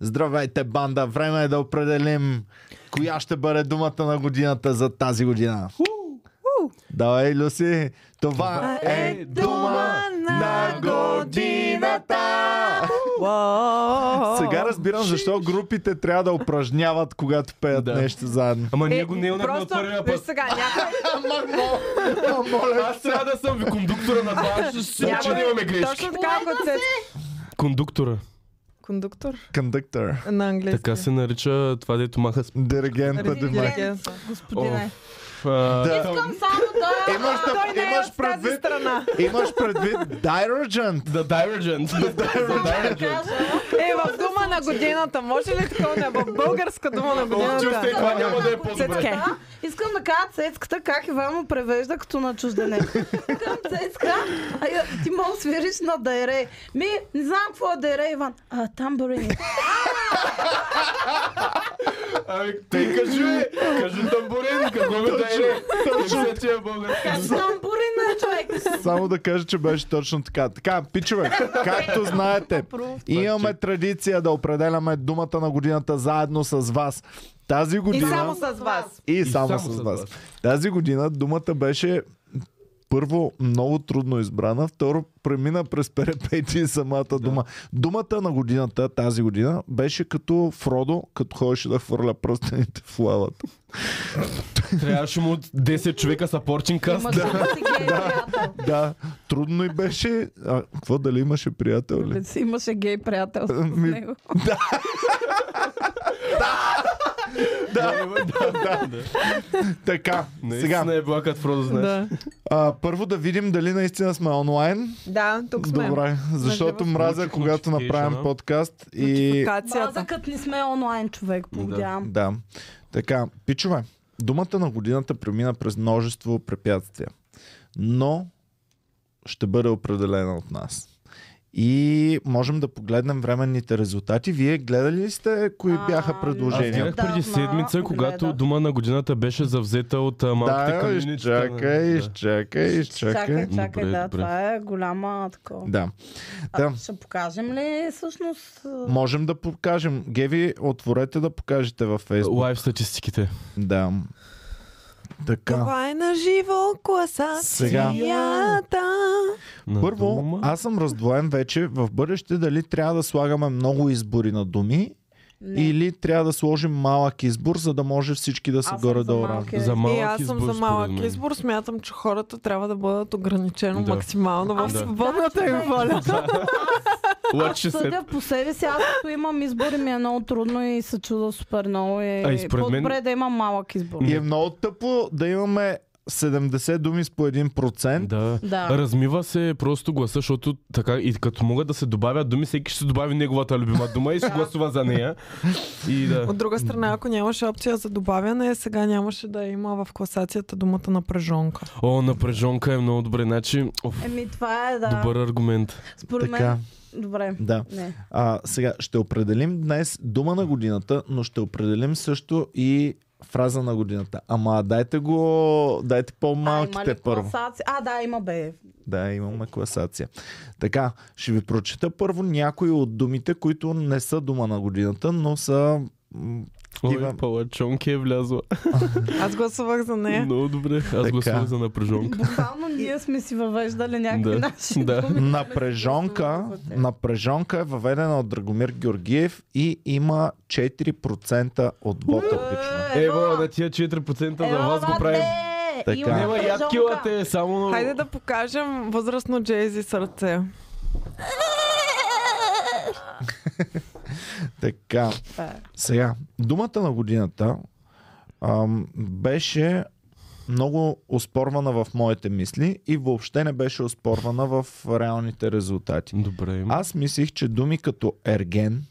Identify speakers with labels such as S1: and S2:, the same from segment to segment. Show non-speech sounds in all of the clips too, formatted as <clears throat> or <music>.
S1: Здравейте, банда! Време е да определим коя ще бъде думата на годината за тази година. Давай, Люси! Това е дума на годината!
S2: Уау!
S1: Сега разбирам защо групите трябва да упражняват, когато пеят
S3: Да.
S1: нещо заедно.
S3: Ама
S2: Е,
S3: ние го неунахме от
S2: просто,
S3: първия
S2: виж
S3: път.
S2: сега, някой,
S3: Аз трябва да съм ви кондуктора на това. Ще се случи, че
S2: някой,
S3: имаме грешки.
S2: точно така, ако се...
S3: Кондуктора.
S2: Кондуктор
S1: Кондуктор,
S2: на английски.
S3: Така се нарича това, дето маха с...
S1: диригент,
S2: Религия.
S1: педагог.
S4: господине.
S1: Да.
S4: Искам само да...
S1: Имаш,
S2: Той не е
S1: имаш
S2: от тази
S1: предвид,
S2: страна.
S1: имаш предвид Divergent.
S3: <laughs> The Divergent.
S4: да кажа.
S2: Е, в дума на годината. Може ли такова? Не, в българска дума на
S3: Чувствай,
S2: годината.
S3: това няма да е
S2: Цецке.
S3: по-добре.
S4: Да, искам да кажа цецката как Иван му превежда като на чужденец. Към цецка, а, я- ти мога да свириш на дайре. Ми, не знам какво е дайре, Иван. А, тамбурин.
S3: Ами, ти кажи, бе. кажи тамбурин, какво ме да е. Точно ти е български.
S4: Тамбурин е човек.
S1: Само да кажа, че беше точно така. Така, пичове, както знаете, имаме традиция да определяме думата на годината заедно с вас. Тази
S2: И
S1: година...
S2: само с вас.
S1: и само, с, вас. Тази година думата беше първо много трудно избрана, второ премина през перепети и самата дума. Думата на годината тази година беше като Фродо, като ходеше да хвърля пръстените в лавата.
S3: Трябваше му 10 човека са порчинкаст.
S4: Мъжът си гей, приятел.
S1: Да, трудно и беше. А, какво дали имаше приятел ли?
S4: Имаше гей приятел с
S1: Ми-
S4: него.
S3: Да, да, да. да.
S1: Така, сега.
S3: Наистина е била като Фродо, знаеш.
S2: Да.
S1: А, първо да видим дали наистина сме онлайн.
S2: да, тук сме.
S1: Добре, защото мразя,
S3: Включих
S1: когато направим
S3: notification-а.
S1: подкаст
S2: Значи
S1: и...
S2: Кацията.
S4: Мазъкът не сме онлайн човек, поводявам.
S1: Да. Така, пичове, думата на годината премина през множество препятствия, но ще бъде определена от нас. И можем да погледнем временните резултати. Вие гледали ли сте кои
S4: А,
S1: бяха
S3: Аз
S1: предложения?
S3: гледах преди
S4: Отдавна
S3: седмица, когато
S4: гледах.
S3: дума на годината беше завзета от а, малките
S1: Да,
S3: камионичета.
S1: изчакай, изчакай, изчакай.
S4: Чакай, чакай,
S3: Добре,
S4: да,
S3: добре.
S4: това е голяма такова.
S1: Да. Да.
S4: А, ще покажем ли всъщност?
S1: Можем да покажем. Геви, отворете да покажете във Фейсбук.
S3: Лайв статистиките.
S1: Да. Така.
S2: Това е на живо класа.
S1: Сега.
S3: е На
S1: Първо,
S3: дума.
S1: аз съм раздвоен вече в бъдеще дали трябва да слагаме много избори на думи
S4: Не.
S1: или трябва да сложим малък избор, за да може всички да са
S4: Аз съм за
S1: горе-долу
S4: малки.
S1: равни.
S3: за малък
S2: И Е, аз съм
S3: избор,
S2: за малък
S3: според
S2: <laughs>
S3: мен.
S2: избор. Смятам, че хората трябва да бъдат ограничено
S3: Да.
S2: максимално в
S4: Аз-
S2: свободната
S4: да,
S2: им
S4: човек.
S2: воля.
S3: What she said.
S4: Съдя по себе си, аз като имам избори ми е много трудно и се чуда супер много. И...
S3: А и според мен-
S4: По-добре е да имам малък избор.
S1: И е много тъпо да имаме 70 думи с по 1%.
S3: Да.
S4: Да.
S3: Размива се просто гласа, защото така и като могат да се добавят думи, всеки ще си добави неговата любима дума
S2: <laughs>
S3: и ще гласува за нея. И да.
S2: От друга страна, ако нямаше опция за добавяне, сега нямаше да има в класацията думата на прежонка.
S3: О, напрежонка е много добре. Значи, оф,
S4: Еми това е, да.
S3: добър аргумент.
S4: Според
S1: Така,
S4: мен. Добре.
S1: да.
S4: Не.
S1: А, сега ще определим днес дума на годината, но ще определим също и фраза на годината. Ама дайте го, дайте
S4: а,
S1: по-малките
S4: има ли
S1: първо.
S4: класация? А, да, има бе.
S1: Да, имаме класация. Така, ще ви прочета първо някои от думите, които не са дума на годината, но са... м, Такива.
S3: Ой, палачонки е влязла.
S2: Аз гласувах за нея.
S3: Много добре. Аз гласувам за напрежонка.
S4: <laughs> Буквално ние сме си въвеждали някакви
S3: Да.
S4: наши Е,
S3: Да.
S4: думи.
S1: Напрежонка, напрежонка е въведена от Драгомир Георгиев и има 4% от вота.
S4: Е,
S1: обично.
S3: Ево, на тия 4% за вас го правим.
S1: Така.
S4: Така.
S3: Нема ядкила те, само...
S2: Хайде да покажем възрастно Джейзи сърце.
S1: Така,
S2: Е.
S1: сега, думата на годината ам, беше много оспорвана в моите мисли и въобще не беше оспорвана в реалните резултати.
S3: Добре.
S2: Е,
S1: Аз мислих, че думи като ерген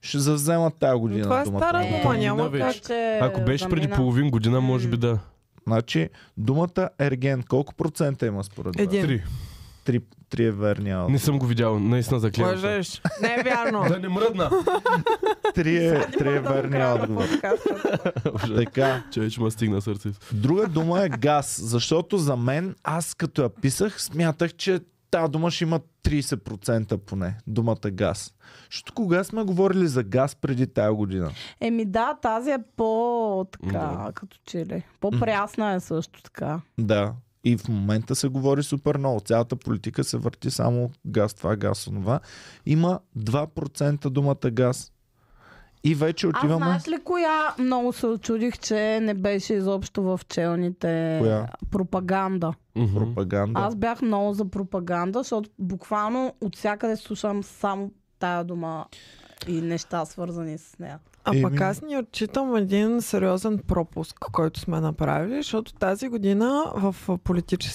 S1: ще завземат тази година.
S2: това е
S1: думата
S2: стара
S1: на
S2: дума,
S1: годината.
S2: няма
S3: Да, вече.
S2: как.
S4: Че
S3: Ако беше преди
S4: замина.
S3: половин година, може би да.
S1: Значи, думата ерген, колко процента има според вас?
S2: Един.
S3: Три.
S1: Три, три е верния.
S3: Не съм го видял, наистина заклевам. се.
S2: Лъжеш. Не е вярно.
S3: Да не мръдна.
S1: Три е, три е верния отговор. Така,
S3: Човече ма стигна сърце.
S1: друга дума е газ, защото за мен, аз като я писах, смятах, че тази дума ще има 30% поне. Думата газ. Защото кога сме говорили за газ преди тая година?
S4: Еми да, тази е по така,
S3: Да.
S4: като че ли. По-прясна е също така.
S1: Да. И в момента се говори супер много. Цялата политика се върти само газ, това, газ, онова. Има 2% думата газ. И вече
S4: Аз
S1: отиваме...
S4: знаеш ли коя много се очудих, че не беше изобщо в челните
S1: Коя?
S4: пропаганда.
S3: Мгм.
S1: Пропаганда.
S4: Аз бях много за пропаганда, защото буквално от всякъде слушам само тая дума и неща свързани с нея.
S2: А пък
S1: Еми.
S2: аз ни отчитам един сериозен пропуск, който сме направили, защото тази година в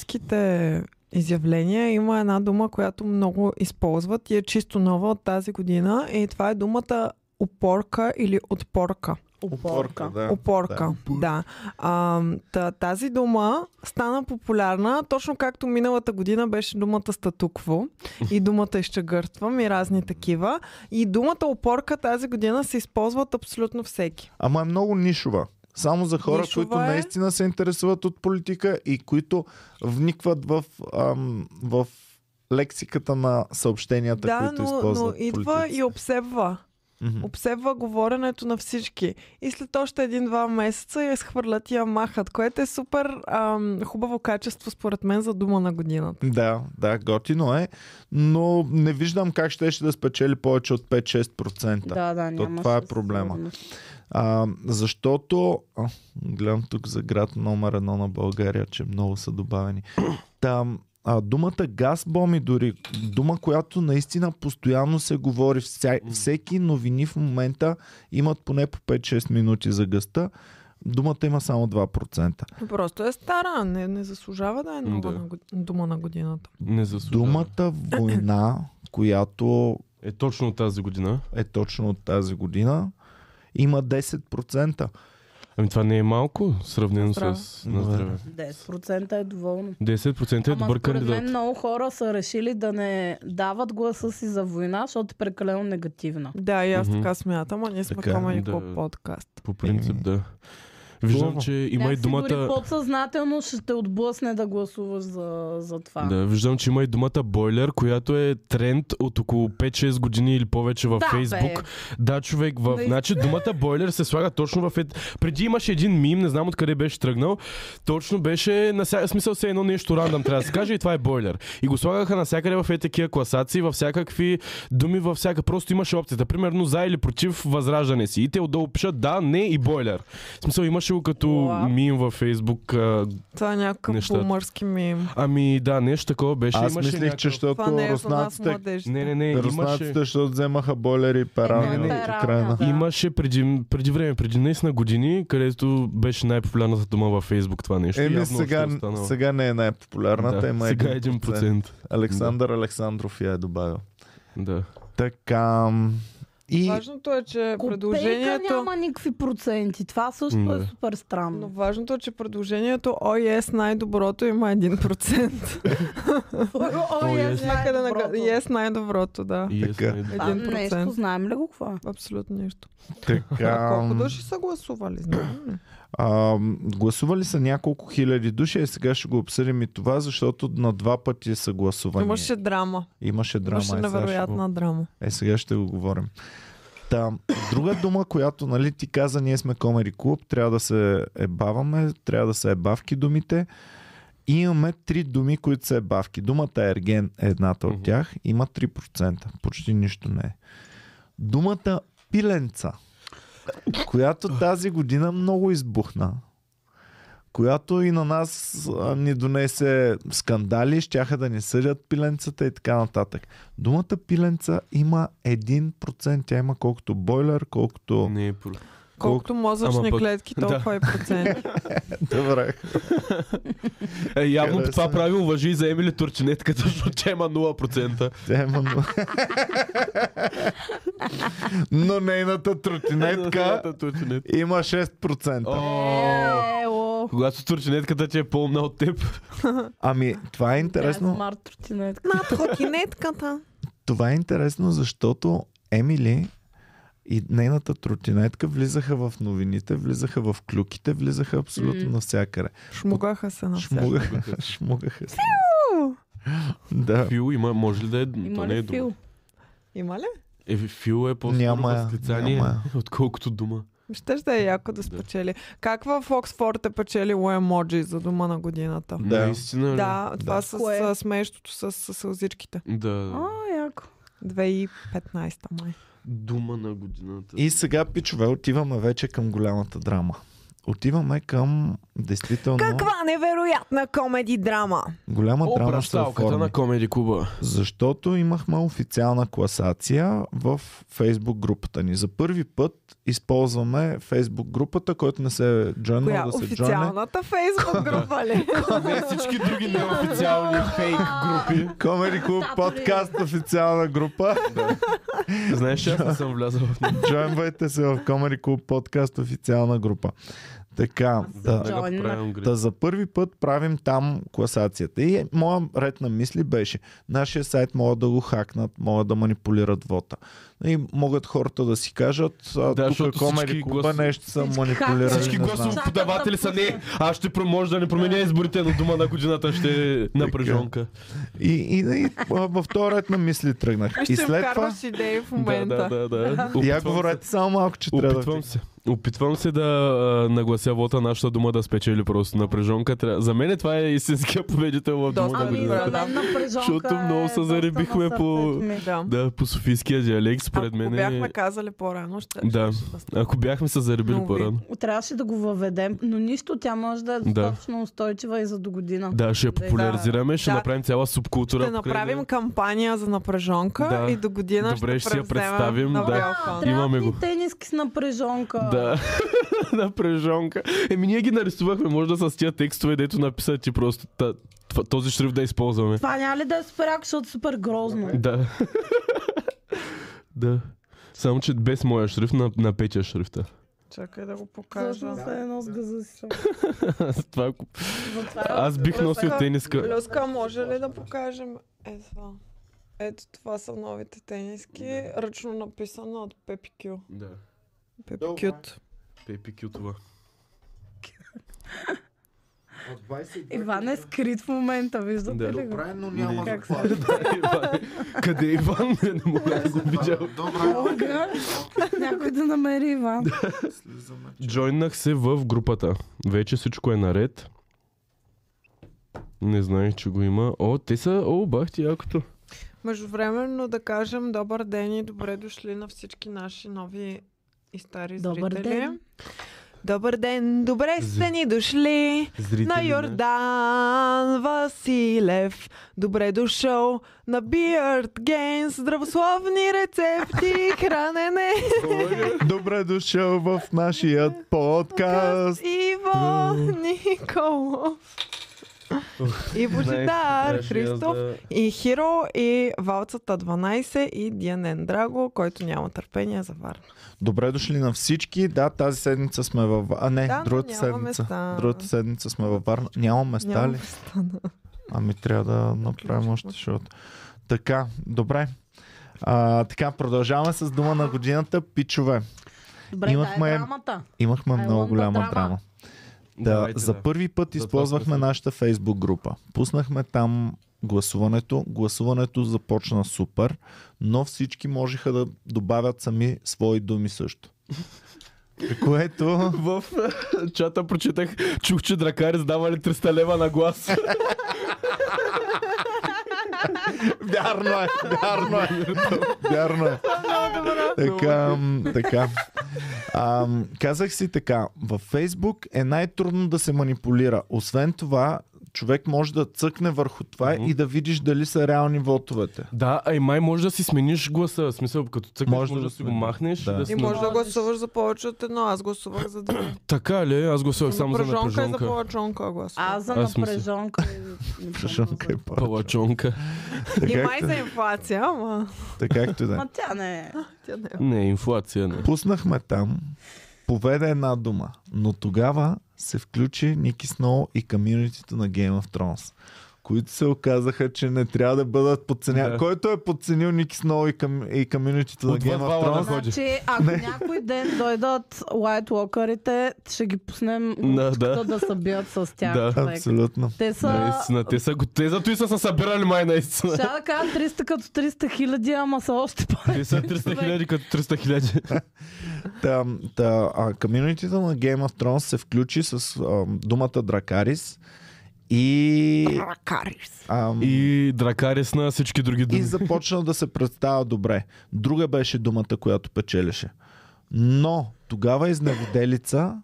S2: политическите изявления има една дума, която много използват и е чисто нова от тази година и това е думата опорка или отпорка.
S1: Опорка, да.
S2: Опорка, да. А, та, тази дума стана популярна, точно както миналата година беше думата статукво и думата изчегъртвам и разни такива. И думата опорка тази година се използват абсолютно всеки.
S1: Ама е много нишова. Само за хора,
S2: Нишова
S1: които
S2: е.
S1: наистина се интересуват от политика и които вникват в, ам, в лексиката на съобщенията,
S2: да,
S1: които
S2: но, но
S1: използват
S2: идва и обсебва.
S1: Мгм.
S2: Обсебва говоренето на всички. И след още един-два месеца я схвърлят и я махат, което е супер ам, хубаво качество, според мен, за дума на годината.
S1: Да, да, готино е, но не виждам как ще, ще да спечели повече от 5-6%.
S4: Да, да,
S1: То
S4: няма.
S1: това е
S4: със
S1: проблема.
S4: сигурност.
S1: А, защото... А, гледам тук за град номер едно на България, че много са добавени. Там а, думата газбоми дори, дума, която наистина постоянно се говори. Вся, всеки новини в момента имат поне по 5-6 минути за гъста. Думата има само 2%.
S2: Просто е стара, не, не заслужава да е нова
S3: Да.
S2: на год... дума на годината.
S3: Не заслужава.
S1: Думата война, която
S3: Е точно от тази година.
S1: е точно от тази година, има 10%.
S3: Ами това не е малко, сравнено
S2: Здраве.
S3: с... На здраве.
S4: 10% е доволно.
S3: 10% е
S4: Ама
S3: добър
S4: според
S3: кандидат.
S4: мен много хора са решили да не дават гласа си за война, защото е прекалено негативна.
S2: Да, и аз
S3: Мгм.
S2: така смятам, а ние сме
S1: Така,
S2: Comedy
S3: да.
S2: Club подкаст.
S3: По принцип,
S1: Еми.
S3: да. Виждам,
S1: Хубаво.
S3: че има и
S4: Някакси Дори
S3: думата...
S4: подсъзнателно ще те отблъсне да гласуваш за, за това.
S3: Да, виждам, че има и думата бойлер, която е тренд от около 5-6 години или повече в
S4: Да,
S3: Фейсбук.
S4: бе.
S3: Да, човек, в...
S4: Наистина.
S3: значи думата бойлер се слага точно в... ед- Преди имаше един мим, не знам откъде беше тръгнал. Точно беше, на ся... смисъл се едно нещо рандъм трябва да се каже и това е бойлер. И го слагаха навсякъде в е такива класации, във всякакви думи, във всяка... Просто имаше опцията, примерно за или против възраждане си. И те отдолу пишат да, не и бойлер. В смисъл имаше го като
S4: Уау.
S3: мим във Фейсбук. а,
S2: Това е някакъв
S3: Нещата.
S2: бумърски мим.
S3: Ами да, нещо такова беше.
S1: Аз
S3: имаше
S1: мислех, че
S3: някакъв-
S1: защото
S2: Това не е за нас
S1: руснаците
S2: младежите.
S3: Не, не, не,
S1: Руснаците,
S3: имаше...
S1: защото вземаха бойлери и
S4: Е,
S1: перални
S4: не, не,
S1: от
S4: не.
S1: Украина.
S4: Да.
S3: Имаше преди, преди време, преди наистина години, където беше най-популярната дума във Фейсбук това нещо.
S1: Еми
S3: Явно
S1: сега,
S3: още е останала.
S1: сега е не е най-популярната,
S3: да,
S1: да, има
S3: сега е
S1: 1%.
S3: 1%.
S1: Александър Александров я е добавил.
S3: Да.
S1: Така. м, И
S2: Важното е, че
S4: Копейка
S2: предложението...
S4: няма никакви проценти. Това също
S3: Да.
S4: е супер странно.
S2: Но важното е, че предложението ОЕС най-доброто има 1%.
S4: <laughs> О,
S3: Yes.
S4: yes,
S2: Някъде на
S4: най-доброто.
S2: ЕС най-доброто, да.
S3: И е
S1: Така.
S3: снайдер.
S4: Това
S2: 1%.
S4: нещо, знаем ли го какво е?
S2: Абсолютно нищо. А
S1: така.
S2: колко
S1: м,
S2: души са гласували, знаем ли?
S1: А, м, гласували са няколко хиляди души, а сега ще го обсъдим и това, защото на два пъти са гласувани.
S2: Имаше драма.
S1: Имаше драма.
S2: Имаше
S1: е, сега ще го-
S2: невероятна драма.
S1: Е, сега ще го говорим. Та, друга дума, която нали, ти каза, ние сме Комери Клуб, трябва да се ебаваме, трябва да се ебавки думите. И имаме три думи, които са ебавки. Думата ерген е едната от
S3: Мгм.
S1: тях, има 3%, почти нищо не е. Думата пиленца, която тази година много избухна, която и на нас а, ни донесе скандали, щяха да ни съдят пиленцата и така нататък. Думата пиленца има 1%, тя има колкото бойлер, колкото...
S3: Не е про-
S2: Колкото мозъчни
S3: Ама пък-
S2: клетки, толкова
S1: <laughs>
S2: и процент.
S1: <laughs> Добре.
S3: Е, явно
S1: Къде
S3: това
S1: са?
S3: правило въжи и за Емили Турчинетката, <laughs> защото тя има 0%.
S1: Тя има... но- Но нейната тротинетка
S3: Самата турчинетка.
S1: има 6%.
S3: О,
S4: Е, ло.
S3: Когато турчинетката ти е по-умна от теб.
S1: Ами, това е
S4: Тя е
S1: интересно.
S4: Смарт тротинетка.
S2: Над хокинетката.
S1: Това е интересно, защото Емили и нейната тротинетка влизаха в новините, влизаха в клюките, влизаха абсолютно
S4: Мгм.
S1: навсякъде.
S2: Шмугаха се на
S1: <laughs> Шмугаха, шмугаха. се.
S2: Фил.
S1: Да.
S3: Фил има, може ли да е... то
S4: Има
S3: не е
S4: ли
S3: дума.
S4: фил?
S2: Има ли?
S3: Е, фил е по-скоро
S1: Няма я,
S3: възклицание,
S1: няма я.
S3: <laughs> отколкото дума.
S2: Ще ще е яко да спечели. Как в Оксфорд е печелило емоджи за дума на годината?
S1: Да.
S3: Наистина ли?
S2: Да, това
S1: Да.
S2: с,
S4: Кое?
S2: с смеещото с, с сълзичките.
S3: Да.
S4: О, яко.
S2: 2015 май.
S3: Дума на годината.
S1: И сега, пичове, отиваме вече към голямата драма. Отиваме към действително
S2: Каква невероятна комеди драма!
S1: голяма
S3: О,
S1: драма ще
S3: пращалката
S1: оформи.
S3: на Комеди Куба.
S1: Защото имахме официална класация в Facebook групата ни. За първи път използваме Facebook групата, който не се е
S2: Коя?
S1: джойнал да се джойне.
S2: Официалната
S1: <laughs>
S2: фейсбук група ли?
S3: Не всички други неофициални <laughs> фейк групи.
S1: Comedy Club подкаст, официална група.
S3: Знаеш, аз не съм влязъл в нея.
S1: Джойнвайте се в Comedy Club подкаст, официална група. Така, да.
S3: Да
S4: Джойна.
S3: го правим грижа.
S1: Та за първи път правим там класацията. И моя ред на мисли беше, нашия сайт могат да го хакнат, могат да манипулират вота. И могат хората да си кажат, а,
S3: Да,
S1: да, тук
S3: защото
S1: Комери
S3: всички
S1: Куба
S3: глас-
S1: нещо са
S4: Всички
S1: манипулирали.
S4: хакнат.
S3: Всички
S1: не знам.
S3: гласови подаватели са не. Аз ще пр- може да не променя изборите, но дума на годината ще е напрежонка.
S1: И, и, и, а, в този ред на мисли тръгнах. И
S2: Ще
S1: след това,
S2: вкарваш идеи в
S3: Да,
S2: момента.
S3: да, да,
S2: <laughs>
S3: да.
S1: я
S3: Опитвам
S1: говорете само малко, че трябва
S3: Опитвам се. Опитвам се да а, наглася вота нашата дума да спечели просто напрежонка. Тря- За мен това е истинския <laughs> победител в дума на
S2: Доста
S4: Ами,
S3: годината.
S4: за
S2: да.
S4: мен напрежонка
S3: Защото много
S4: е
S3: се
S4: доста
S3: заребихме
S4: на
S3: по-
S4: сърцето ми.
S2: Да.
S3: Да, по софийския диалект, според
S2: Ако
S3: мен. е-
S2: бяхме казали по-рано, ще
S3: Да.
S2: ще да стане.
S3: Ако бяхме се заребили
S2: Но ви-
S3: по-рано.
S4: Трябваше да го въведем, но нищо, тя може да е
S3: Да.
S4: достатъчно устойчива и за до година.
S3: Да, ще я
S4: Да.
S3: популяризираме, ще
S2: Да.
S3: направим цяла субкултура.
S2: Ще
S3: покрай
S2: направим
S3: нея.
S2: кампания за напрежонка
S3: Да.
S2: и до година
S3: Добре, ще
S2: ще
S3: си я
S2: превземем
S3: представим,
S2: на
S3: да.
S2: Белкон.
S4: Трябва
S3: Имаме
S4: и
S3: го.
S4: тениски с напрежонка.
S3: Да. <laughs> Напрежонка. Еми, ние ги нарисувахме, може да с тия текстове, дето написа ти просто та- това- този шрифт да използваме.
S4: Това няма ли да е супер яко, защото е супер грозно?
S3: Да. <laughs> Да. Само, че без моя шрифт на, на Петя шрифта. <laughs>
S2: Чакай да го покажа.
S4: Всъщност е едно с газа си.
S3: Това, го-
S4: Затова
S3: аз бих носил тениска.
S2: Люска, може ли да покажем? Е, това. Ето това са новите тениски, ръчно написана от Пепи Кю.
S3: Да.
S2: Пепи Кют.
S3: Пепи Кю <laughs> това.
S4: Иван е скрит в момента, виждате
S3: Да.
S4: ли го?
S5: но няма
S4: Как
S5: за
S4: се-
S3: Къде е Иван? <laughs> Не, не мога да го видя.
S5: Добре,
S4: Ага. Някой да намери Иван.
S5: слизаме.
S3: Джойнах се в групата. Вече всичко е наред. Не знаех, че го има. О, те са... О, бах ти якото.
S2: Междувременно да кажем добър ден и добре дошли на всички наши нови и стари
S4: Добър
S2: зрители.
S4: ден.
S2: Добър ден! Добре
S3: Зри-
S2: сте ни дошли!
S3: Зрители
S2: на Йордан Василев. Добре дошъл на Beard Gains. Здравословни рецепти, <laughs> хранене
S1: да... Добре е дошъл в нашия подкаст. <laughs>
S2: Иво Николов. И Божидар Христов. И Хиро, и Валцата 12, и Дианен Драго, който няма търпение за Варна.
S1: Добре е дошли на всички. Да, тази седмица сме във... А, не,
S2: Да, но
S1: другата
S2: няма
S1: седмица.
S2: места.
S1: Другата седмица сме във Варна. Няма места
S2: Няма
S1: ли?
S2: стана.
S1: Ами трябва да направим
S2: Отлично.
S1: още шоуто. Така, добре. А, така, продължаваме с дума на годината. Пичове,
S4: Добре,
S1: Имахме-
S4: да е драмата.
S1: имахме
S4: I
S1: много
S4: want the
S1: голяма
S4: drama.
S1: драма. драма. Да, за първи път
S3: За това
S1: използвахме
S3: сме се.
S1: нашата фейсбук група. Пуснахме там гласуването. Гласуването започна супер, но всички можеха да добавят сами свои думи също. <laughs> При Което
S3: В е, чата прочитах, чух, че дракари задавали 300 лева на глас.
S1: Вярно е, вярно е. Вярно е. Така, м, така. А, м, казах си така, във Фейсбук е най-трудно да се манипулира. Освен това, човек може да цъкне върху това
S3: Мгм.
S1: и да видиш дали са реални вотовете.
S3: Да, а и май може да си смениш гласа. В смисъл, като цъкнеш,
S1: Може
S3: може,
S1: да
S3: да,
S1: го
S3: си го
S1: сменя.
S3: махнеш.
S1: Да.
S3: Да.
S1: И
S2: И
S3: сме-
S2: може да гласуваш за повече от едно. Аз гласувах
S1: <clears throat>
S2: за две.
S3: Така ли? Аз гласувах само за
S2: напрежонка и е за
S3: напрежонка.
S2: палачонка гласувах.
S4: Аз за
S3: Аз мисля.
S4: напрежонка. и- не помня
S1: Шашонка
S4: за-
S1: и палача.
S3: Палачонка.
S2: И
S1: Така е.
S2: май
S1: както-
S2: за инфлация, ама
S1: Така както и да е.
S4: Ма тя не е.
S2: тя не е.
S3: Не, инфлация не.
S1: Пуснахме там, поведе една дума, но тогава се включи Ники Сноу и комьюнитито на Game of Thrones, които се оказаха, че не трябва да бъдат подценявани.
S3: Да.
S1: Да. Който е подценил Ники Сноу и, към, и комьюнитито на
S3: Отвъд
S1: Game
S3: вала
S1: of
S3: на
S1: Thrones,
S3: ходи.
S4: Значи, ако някой ден дойдат White Walker-ите, ще ги пуснем
S3: Да, да.
S4: да, да се бият с тях.
S3: Да.
S4: човек.
S1: абсолютно.
S4: Те са...
S3: Наистина, те са го... Те зато и са се събирали май наистина.
S4: Ще да кажа 300 като 300 хиляди, ама са още повече.
S3: Те са 300 хиляди като 300 хиляди.
S1: Та, та, а, комьюнитито на Game of Thrones се включи с а, думата Дракарис и...
S2: Ракарис.
S1: А,
S3: И Дракарис на всички други
S1: и
S3: думи.
S1: започна да се представя добре. Друга беше думата, която печелеше. Но тогава изневоделица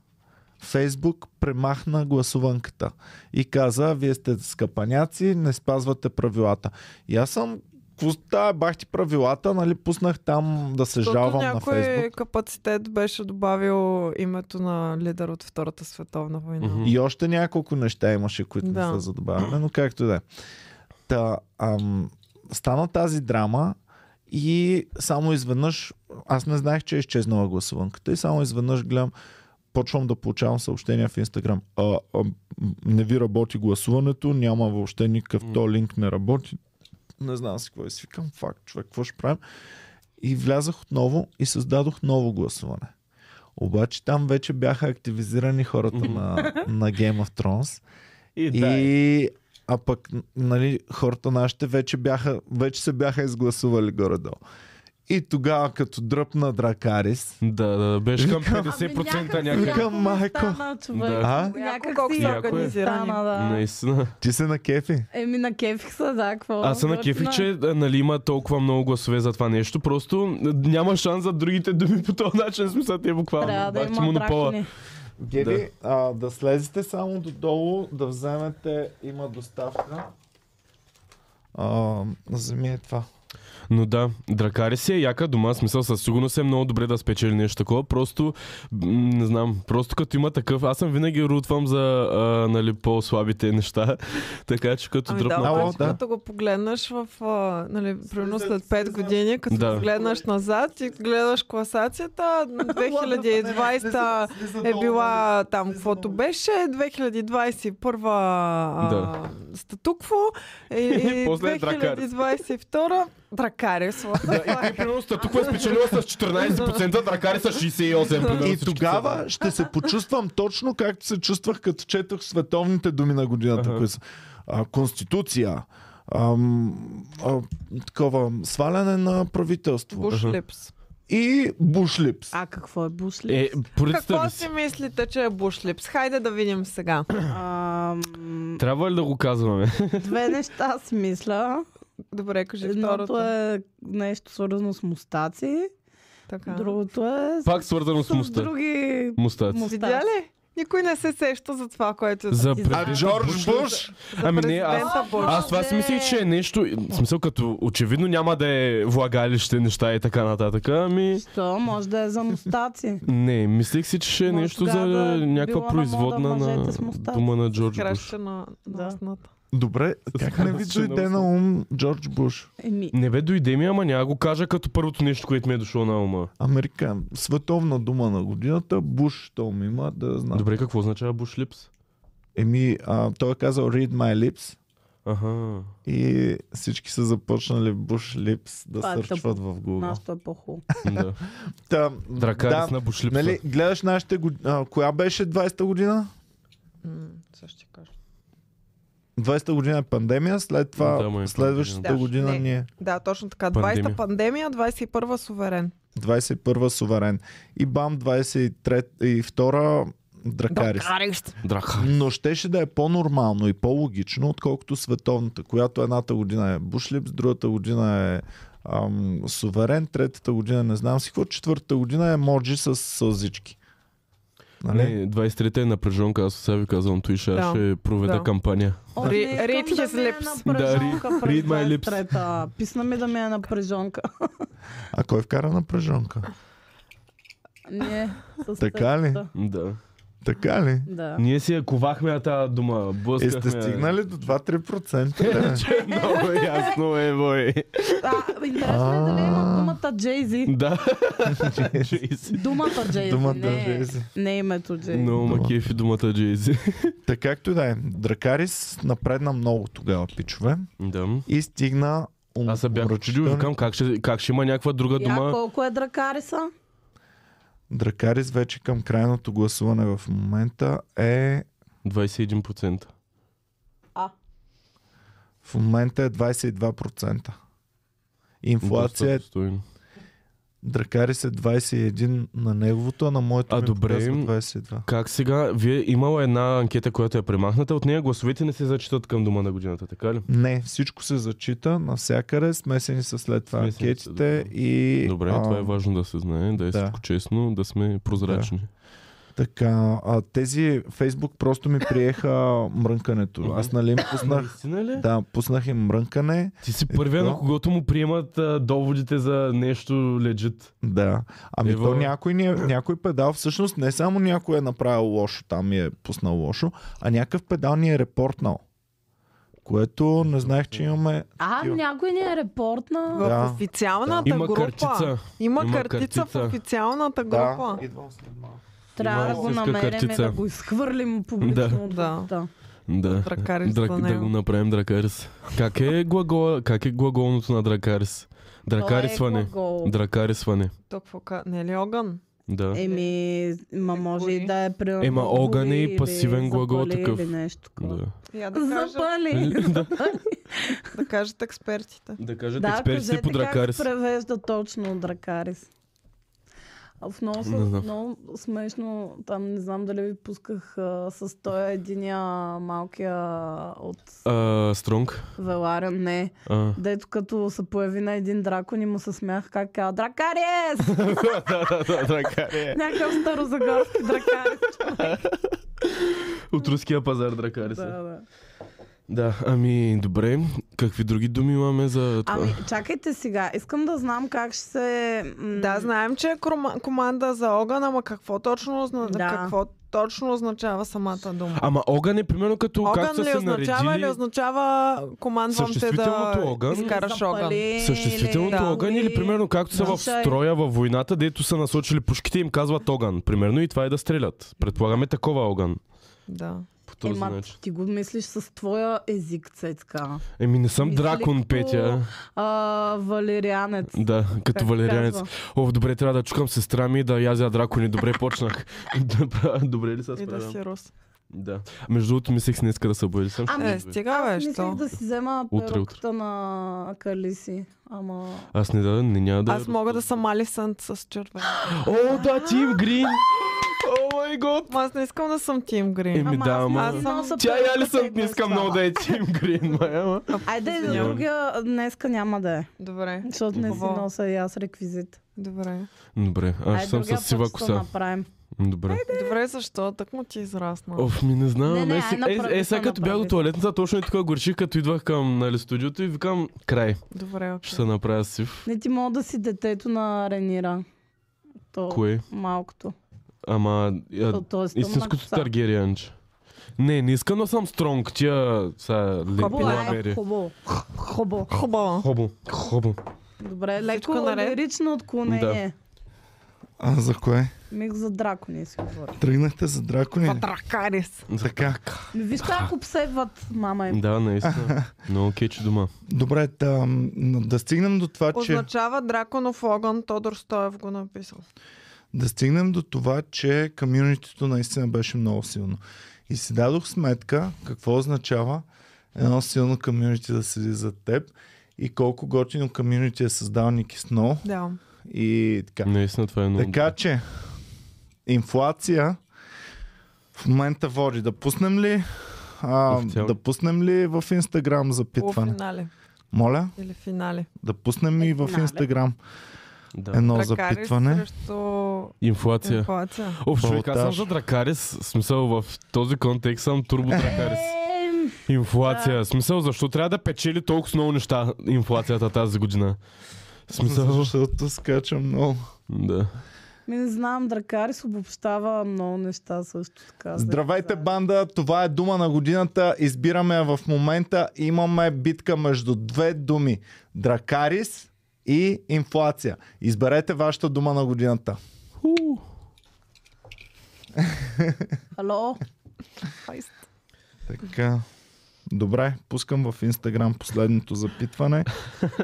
S1: Фейсбук премахна гласуванката и каза, вие сте скъпаняци, не спазвате правилата. И аз съм Пуста, бах ти правилата, нали, пуснах там да се
S2: Защото
S1: жалвам на
S2: някой е
S1: Фейсбук.
S2: капацитет беше добавил името на лидер от Втората световна война.
S3: Мгм.
S1: И още няколко неща имаше, които да.
S2: Да.
S1: не са задобавяне, но както и да е. Та, ам, стана тази драма и само изведнъж, аз не знаех, че е изчезнала гласуванката и само изведнъж гледам, почвам да получавам съобщения в Инстаграм. А, а, м, не ви работи гласуването, няма въобще никакъв, то линк не работи. Не знам си какво е свикам, факт, човек, какво ще правим? И влязах отново и създадох ново гласуване. Обаче там вече бяха активизирани хората на, на Game of Thrones.
S3: И,
S1: И, а пък, нали, хората нашите вече, бяха, вече се бяха изгласували горе-долу. И тогава, като дръпна Дракарис,
S3: Да, да, беше
S2: Ами
S3: към
S1: Викам-
S3: 50% някъде.
S1: някак- Към майко.
S4: Ами Стана, човек.
S3: Да.
S1: А?
S4: Някак си
S3: са
S4: яко ми
S2: организирани.
S4: стана, да.
S3: Наистина.
S1: ти се на кефи.
S4: Еми на кефих са, да, какво?
S3: Аз се накефих, че а, нали, има толкова много гласове за това нещо. Просто н- няма шанс за другите думи по този начин. В Смисъл, те буквално.
S4: Трябва да
S3: бах ти
S4: има
S3: монопола.
S4: дракони.
S1: Гели, да. А, да слезете само додолу, да вземете, има доставка. А, вземи е това.
S3: Но да, Дракари си е яка дума, в смисъл със сигурност е много добре да спечели нещо такова, просто м, не знам, просто като има такъв, аз съм винаги рутвам за а, нали, по-слабите неща, <laughs> така че като
S2: Ами да,
S3: дръпна...
S1: Ало,
S2: обаче,
S1: да.
S2: като го погледнеш в, а, нали, примерно след 5 години, като
S3: Да.
S2: да. погледнеш назад и гледаш класацията, 2020 е
S1: нали?
S2: била там каквото беше, 2021
S3: Да.
S2: а, статукво
S3: <laughs>
S2: и, и
S3: После е Дракарис.
S2: 2022 Дракарис.
S3: Да, и ти, примерно статуква е спечелила с 14%, Дракари са 68%. примерно,
S1: И
S3: всички са.
S1: тогава ще се почувствам точно както се чувствах, като четох световните думи на годината,
S3: Аха.
S1: които са. А, конституция, ам, а, такова сваляне на правителство
S2: Бушлипс.
S1: и бушлипс.
S4: А какво е бушли?
S3: Е,
S2: Какво
S3: представи
S2: си
S3: си.
S2: мислите, че е бушлипс? Хайде да видим сега.
S4: Ам,
S3: Трябва ли да го казваме?
S4: Две неща си мисля.
S2: Добре, кажи
S4: Едното
S2: второто.
S4: е нещо свързано с мустаци,
S2: Така.
S4: другото е с-
S3: Пак свързано с
S4: с
S3: муста.
S4: други...
S3: Мустаци.
S4: Муста.
S2: Видя ли? Никой не се сеща за това, което е
S3: За
S4: ти за-
S1: А
S3: пред-
S1: Джордж Буш?
S2: за
S3: Ами не, аз,
S2: президента Буш.
S3: Аз това си мислих, че е нещо, в смисъл като очевидно няма да е влагалище, неща и така нататък, ами
S4: Що? Може да е за мустаци.
S3: не, мислих си, че ще е
S4: Може
S3: нещо за
S4: тогава да е било на
S3: някаква
S4: мода
S3: производна
S4: мъжете
S3: на
S4: с мустаци.
S3: дума на Джордж Буш.
S2: Краща на,
S4: Да.
S2: на устната.
S1: Добре, как не ви
S3: Ще
S1: дойде на
S3: много
S1: ум Джордж Буш?
S4: Еми,
S3: Не бе, дойде ми, ама няма го кажа като първото нещо, което ми е дошло на ума.
S1: Американ. Световна дума на годината, Буш, то ми има да знам.
S3: Добре, какво означава Буш Липс?
S1: Еми, а, той е казал Read My Lips
S3: Аха.
S1: и всички са започнали Буш Lips да
S4: Това е
S1: сърчват в Google.
S4: нашето е по-хубаво.
S3: Да.
S1: Та,
S3: Дракарис на Буш Липса.
S1: Нали, гледаш нашите год... а, коя беше 20-та година?
S2: М, Сега ще кажа.
S1: 20-та година е пандемия, след това
S3: Да, ма е
S1: следващата
S2: пандемия.
S1: година
S2: Не.
S1: ни е
S2: Да, точно така.
S3: Пандемия.
S2: 20-та пандемия, 21-а суверен.
S1: 21-та суверен. И бам, 23-та и 2-та Дракарис.
S3: <laughs> Драха.
S1: Но щеше да е по-нормално и по-логично, отколкото световната, която едната година е Бушлип, другата година е ам, Суверен, третата година не знам си какво, четвъртата година е Моджи с сълзички. Нали?
S3: Не, 23-та е напрежонка, аз сега ви казвам, той ще,
S2: Да.
S3: ще проведа
S2: Да.
S3: кампания.
S4: О,
S2: Да.
S4: не искам
S2: Read
S4: да
S2: his
S4: ми е
S2: lips.
S4: на
S3: Да, read-
S4: прежонка през
S3: read my lips.
S4: 23-та. Писна ми да ми е напрежонка.
S1: А кой вкара напрежонка?
S4: Не. с
S1: Така ли?
S4: тъпата.
S3: Да.
S1: Така ли?
S5: Да.
S3: Ние си я ковахме на тази дума.
S1: И
S3: Блъскахме.
S1: Е, сте стигнали до 2-3%. бе.
S3: <laughs> Много ясно е, бой.
S4: А, интересно е дали има думата Jay-Z.
S3: Да.
S1: <laughs>
S4: Думата
S3: <laughs>
S4: Jay-Z,
S1: Думата
S4: Е, не,
S1: Jay-Z.
S4: не е името Jay-Z.
S3: Много ма кефи думата Джейзи.
S1: Така както и да е. Дракарис напредна много тогава, пичове.
S3: Да.
S1: И стигна ум-
S3: Аз се бях очудил,
S1: умръчително.
S3: викам как ще, как ще има някаква друга
S4: Я
S3: дума.
S4: колко е Дракариса?
S1: Дракарис вече към крайното гласуване в момента е
S3: 21%.
S1: в момента е 22%. Инфлация е
S3: Доста достойно.
S1: Дракарис е 21 на неговото, а на моето
S3: А,
S1: ми е
S3: добре.
S1: показва 22.
S3: Как сега? Вие имала една анкета, която е премахната. От нея гласовете не се зачитат към дума на годината, така ли?
S1: Не, всичко се зачита навсякъде, смесени са след това
S3: Смесени са,
S1: анкетите
S3: добре.
S1: и...
S3: Добре,
S1: а,
S3: това е важно да се знае, да е
S1: да.
S3: всичко честно, да сме прозрачни.
S1: Така, а, тези Фейсбук просто ми приеха мрънкането. Аз нали им пуснах...
S3: Истина ли?
S1: Да, пуснах им мрънкане.
S3: Ти си първия,
S1: да.
S3: на когото му приемат а, доводите за нещо лежит.
S1: Да. Ами
S3: Ева.
S1: то някой, ни е, някой педал, всъщност не само някой е направил лошо, там ми е пуснал лошо, а някакъв педал ни е репортнал. Което не знаех, че имаме...
S5: А,
S1: такива.
S5: някой ни е репортна.
S2: В
S1: Да.
S2: официалната
S3: Има
S2: група.
S3: картица.
S2: Има,
S3: Има
S2: картица, в
S3: картица.
S2: официалната
S1: Да,
S2: група.
S1: идвам след малко.
S4: Трябва
S3: Има
S4: да го
S3: истинска
S4: намерим и
S3: картица.
S4: да го изхвърлим публично
S3: Да.
S4: от
S2: Да.
S4: врата.
S3: Да.
S2: Дракарис за
S3: Драк, да
S2: него.
S3: го направим дракарис. Как е, глагола, как е глаголното на дракарис?
S4: е
S3: Дракарисване.
S5: глагол.
S3: Дракарисване.
S2: Тук фока- Не е ли огън?
S3: Да.
S4: Е, Еми, ма може и да е примерно.
S3: Ема, огън е и
S4: гори или
S3: пасивен глагол
S4: запали
S3: такъв.
S4: Или нещо такова.
S3: Да.
S2: Я да кажат,
S3: <laughs>
S4: Запали.
S2: да кажат експертите.
S3: да кажат
S4: Да,
S3: експертите
S4: кажете
S3: по
S4: как
S3: дракарис.
S4: се превежда точно Дракарис. А в много,
S3: Не знам.
S4: с, много смешно, там не знам дали ви пусках а, с той единия малкия от
S3: А, Стронг.
S4: Веларя, не.
S3: А.
S4: Дето като се появи на един дракон и му се смях как
S3: <laughs>
S4: казва Дракарис!
S3: <laughs> да, да, да, дракари. е.
S4: Някакъв старозагорски дракарис.
S3: От руския пазар дракарис. е.
S4: да,
S3: Да.
S4: да.
S3: да, ами добре. Какви други думи имаме за това?
S4: Ами, чакайте сега. Искам да знам как ще се... м,
S2: Да, знаем, че е крома- команда за огън, ама какво точно, озна...
S4: Да.
S2: какво точно означава самата дума?
S3: Ама огън е примерно като
S2: Огън
S3: както са
S2: ли
S3: се
S2: означава
S3: наредили...
S2: или означава командвам те да
S3: Съществителното огън?
S2: изкараш огън?
S4: запали или-
S3: Съществителното
S2: Да. е?
S3: огън или примерно както са в
S4: Слушай.
S3: строя във войната, дето са насочили пушките и им казват огън. Примерно и това е да стрелят. Предполагаме такова огън.
S2: Да.
S3: По този
S4: Ема,
S3: начин.
S4: Е, ти го мислиш с твоя език, Цецка.
S3: Еми не съм
S4: мислих
S3: дракон,
S4: като-
S3: Петя.
S4: А, валерианец.
S3: Да, като
S4: Как
S3: валерианец.
S4: казва?
S3: О, добре, трябва да чукам сестра ми и да язя дракони. Добре, почнах. <laughs> Добра- добре ли се
S2: И да
S3: справям?
S2: си рус.
S3: Да. Между другото, мислех си днеска да се бъде. Съм
S4: Ами,
S3: ще
S2: Е,
S3: избегна.
S2: стига бе,
S4: Аз мислих
S2: що?
S4: да си взема
S3: Утре,
S4: перуката на Калиси. Ама...
S3: Аз не да, не няма да.
S2: Аз мога да съм Алисънт с червен.
S3: О, да, Тим Грин! О, май гот!
S2: Ама аз не искам да съм Тим Грин.
S3: Еми,
S4: Ама
S3: да,
S4: аз
S3: ама-
S4: не си носа
S3: Тя
S4: перуката
S3: и Алисън
S4: и
S3: не искам
S4: това.
S3: много да е Тим Грин, май, ама.
S4: Айде, за
S3: Извинявай.
S4: другия днеска няма да е.
S2: Добре,
S4: Защото не си
S2: Хубаво.
S4: носа и аз реквизит.
S2: добре.
S3: Добре, аз ще
S4: Айде,
S3: съм
S4: другия
S3: с сива
S4: път ще се
S3: коса.
S4: направим.
S3: Добре.
S2: Добре, защо? Так му ти е израсна.
S3: Оф, ми не знам.
S4: Не, не,
S3: е,
S4: ай, направи
S3: е, е, сега
S4: се,
S3: като бях
S4: направи
S3: до
S4: се.
S3: туалетната, точно и така горчих, като идвах към нали, студиото и викам, край,
S2: Добре, окей.
S3: ще се направя сив.
S4: Не ти мога да си детето на Ренира. То,
S3: Кое?
S4: Малкото.
S3: Ама, а,
S4: То, то е стъмна
S3: истинското
S4: коса.
S3: Таргерианч. Не, не искам да съм стронг, тия са
S2: Хубаво
S3: лепила
S4: Хубаво е.
S3: мери.
S4: Хубаво. Хубаво.
S2: Хубаво.
S3: Хобо, хобо.
S4: Добре, леко
S2: Всичко наред?
S4: лирично отклонение.
S1: А за кое?
S4: Миг за дракони си говори.
S1: Тръгнахте за дракони? ли?
S2: Патракарис.
S1: Така.
S4: Ми Виж как обсебват мама е и
S3: Да, наистина. Много кечи дома.
S1: Добре, да, да стигнем до това, че...
S2: Означава драконов огън, Тодор Стоев го написал.
S1: Да стигнем до това, че комюнитито наистина беше много силно. И си дадох сметка какво означава едно силно комюнити да седи за теб и колко готино комюнити е създал Ники Сноу
S2: Да.
S1: и така.
S3: Наистина това е много.
S1: Така че, инфлация в момента води. Да пуснем ли а,
S3: Официално.
S1: да пуснем ли в Инстаграм запитване?
S2: Полуфинале
S1: Моля,
S2: или финале.
S1: да пуснем и в
S4: Финале.
S1: Инстаграм
S3: Да.
S1: едно
S2: Дракарис
S1: запитване.
S2: срещу
S3: Инфлация.
S2: инфлация.
S3: Оф, човек, аз съм
S1: Балтаж.
S3: за Дракарис. В Смисъл, в този контекст съм турбо Дракарис.
S4: Ем,
S3: Инфлация. Смисъл, защо трябва да печели толкова много неща инфлацията тази година? Смисъл.
S1: Защото скача много.
S3: Да.
S4: Ми не знам, Дракарис обобщава много неща също така.
S1: Здравейте, банда! Това е дума на годината. Избираме я в момента. Имаме битка между две думи. Дракарис и инфлация. Изберете вашата дума на годината.
S4: Ало?
S1: Така. Добре, пускам в Инстаграм последното запитване.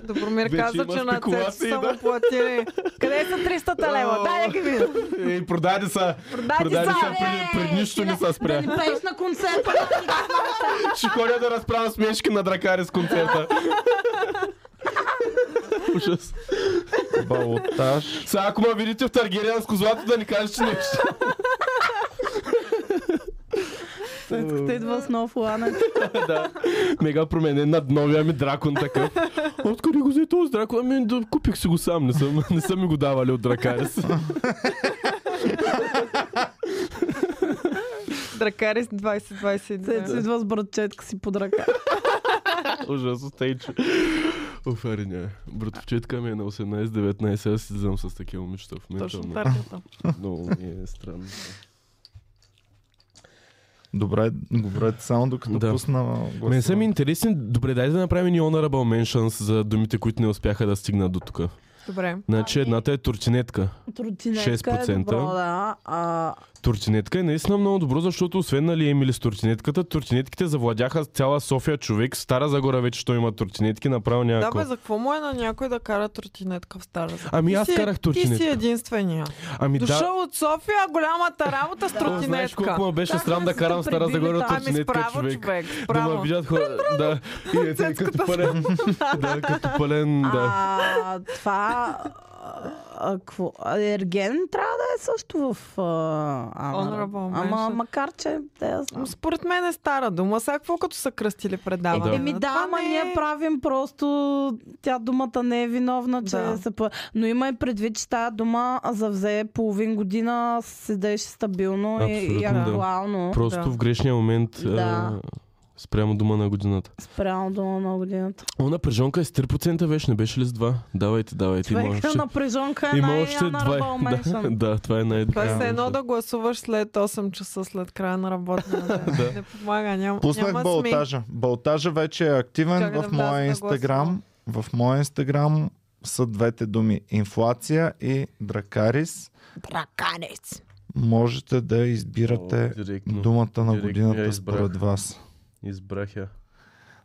S2: Добромир
S3: Вече
S2: каза,
S3: има
S2: че на Цецо
S3: спекулации,
S2: са
S3: да.
S2: му платили. Къде са 300 лева? Дай да ги видим.
S3: Ей, продаде Е, са.
S4: Продай
S3: Продаде са. Пред, пред нищо не са
S4: Да
S3: спря.
S4: ни пееш на концерта.
S3: <laughs> Ще ходя да разправя смешки на дракари с концерта. Ужас.
S1: Балотаж.
S3: Сега ако ме видите в Таргериан с козлата, да ни кажете нещо.
S4: Светката идва с нов ланец.
S3: да. Мега променен над новия ми дракон такъв. Откъде го взе този дракон? Ами да купих си го сам, не, съм, не са ми го давали от дракарис. <laughs>
S2: Дракарис
S4: Цецо
S2: 2022.
S4: идва с братчетка си под ръка.
S3: Ужасно тейче. Оф, ариня. Братовчетка ми е на 18-19, аз си знам с такива момичета в момента.
S2: Точно
S3: но
S2: партията.
S3: Много ми е странно.
S1: Добре, говорете само докато
S3: Да.
S1: пусна
S3: Мен са ми
S1: гласа.
S3: интересни. Добре, дайте да направим и honorable mentions за думите, които не успяха да стигнат до тук.
S2: Добре.
S3: Значи едната е турчинетка.
S4: Тротинетка е
S3: 6%.
S4: добро, да. А,
S3: Турчинетка е наистина много добро, защото освен нали Емили с турчинетката, турчинетките завладяха цяла София човек. Стара Загора вече, що има турчинетки, направо
S2: Да,
S3: някакво.
S2: бе, за какво му е на някой да кара тротинетка в Стара Загора?
S3: Ами
S2: Ти
S3: аз
S2: си-
S3: карах
S2: Ти си
S3: турчинетка.
S2: единствения.
S3: Ами да,
S2: Дошъл от София, голямата работа с
S3: О, знаеш
S2: тротинетка.
S3: колко ме беше
S4: Как
S3: срам
S4: да
S3: да
S4: си
S3: карам в
S4: те
S3: Стара Загора
S4: прибили там?
S2: Ами
S3: турчинетка
S2: справо,
S3: човек.
S2: човек.
S3: Да ме
S2: Справо.
S3: видят хора. Да, и е, те, като пълен. Да, като пълен, да.
S4: а това... а, а, какво? А, Ерген трябва да е също в... А, Honor.
S2: Honorable
S4: Ама
S2: mention.
S4: макар, че да я знам.
S2: Според мен е стара дума. Сега какво като са кръстили предаване?
S3: Да.
S4: Еми Ами да,
S2: Това
S4: ама
S2: не е-
S4: ние правим просто... Тя думата не е виновна, че
S2: Да.
S4: се... пъ- Но има и предвид, че тая дума завзе половин година, седеше стабилно и, и
S3: Абсолютно, да.
S4: актуално.
S3: Просто
S2: да.
S3: в грешния момент а,
S4: Да.
S3: спрямо дума на годината.
S4: Спрямо дума на годината.
S3: О, напрежонка е с 3% беше, не беше ли с 2? Давайте, давайте. Има
S4: Човека
S3: още,
S4: напрежонка е
S3: има
S4: най
S3: още
S4: honorable
S3: 2. <laughs> Да,
S4: mention.
S3: да, това е най
S2: Това е все
S3: Да.
S2: едно да гласуваш след 8 часа след края на работния ден.
S3: <laughs> Да.
S2: Не помага, ням,
S1: Пуснах
S2: няма
S1: балтажа. Балтажа вече е активен
S2: Чакай да
S1: в
S2: вляза
S1: моя
S2: да
S1: Инстаграм. В моя Инстаграм са двете думи. Инфлация и дракарис.
S4: Драканец.
S1: Можете да избирате
S3: О, директно.
S1: думата на
S3: Директно я
S1: годината
S3: избрах.
S1: според вас.
S3: Избрах я.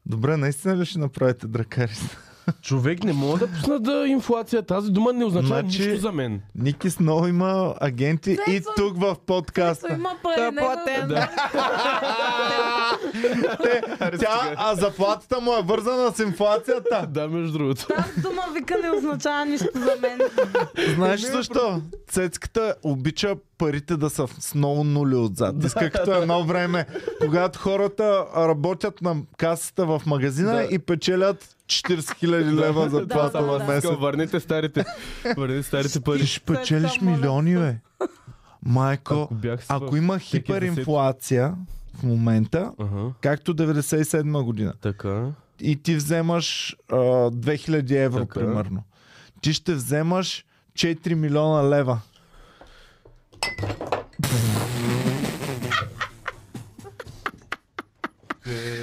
S1: Добре, наистина ли ще направите дракарис?
S3: Човек не мога да пусна да инфлация. Тази дума не означава
S1: Значи-
S3: нищо за мен.
S1: Ники Сноу има агенти и
S4: Цецо-
S1: тук в
S4: Той
S1: подкаста.
S4: има
S2: Той е
S4: пари. него-
S2: платен.
S1: Те, тя, а заплатата му е вързана с инфлацията.
S3: Да, между другото.
S4: Тази дума вика не означава нищо за мен.
S1: Знаеш
S3: Ами,
S1: защо? Цецката обича парите да са с много нули отзад. Иска като едно време, когато хората работят на касата в магазина
S3: Да.
S1: и печелят 40 000 лева
S3: Да,
S1: заплата
S4: само
S1: на
S4: да.
S1: месец.
S3: Така, Върнете старите. Върнете старите
S1: Ти
S3: пари.
S1: ще печелиш
S4: Цецка, моля
S1: милиони, бе. Майко,
S3: Ако бях си
S1: ако
S3: в-
S1: има
S3: всеки
S1: хиперинфлация в момента,
S3: Ага.
S1: както 97 година,
S3: Така.
S1: и ти вземаш а, 2000 евро,
S3: Така. е.
S1: примерно. Ти ще вземаш 4 милиона лева.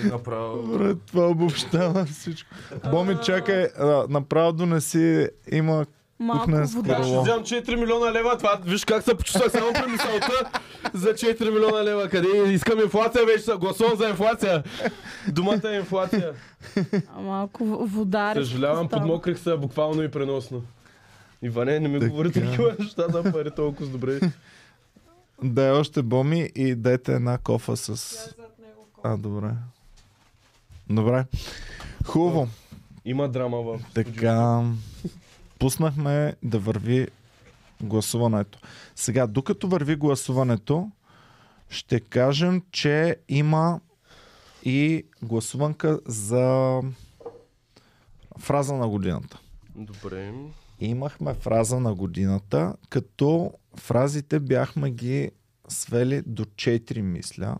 S3: Направо.
S1: Добре, това обобщава всичко. Боми, чакай, а, направо донеси, има
S4: Малко
S3: е
S1: кухня с
S4: вода.
S1: крило.
S3: Вземам 4 милиона лева, това виж как се почувствах само при мисълта за 4 милиона лева. Къде искам инфлация, вече са гласувам за инфлация. Думата е инфлация.
S4: А, Малко в- вода. е
S3: Съжалявам,
S4: става.
S3: подмокрих се буквално и преносно. Иване, не ми
S1: Така.
S3: говори такива неща за пари толкова с добре.
S1: Дай още Боми и дайте една кофа с... А, добре. Добре. Хубаво.
S3: Има драма в
S1: Така, пуснахме да върви гласуването. Сега, докато върви гласуването, ще кажем, че има и гласуванка за фраза на годината.
S3: Добре.
S1: Имахме фраза на годината, като фразите бяхме ги свели до 4, мисля.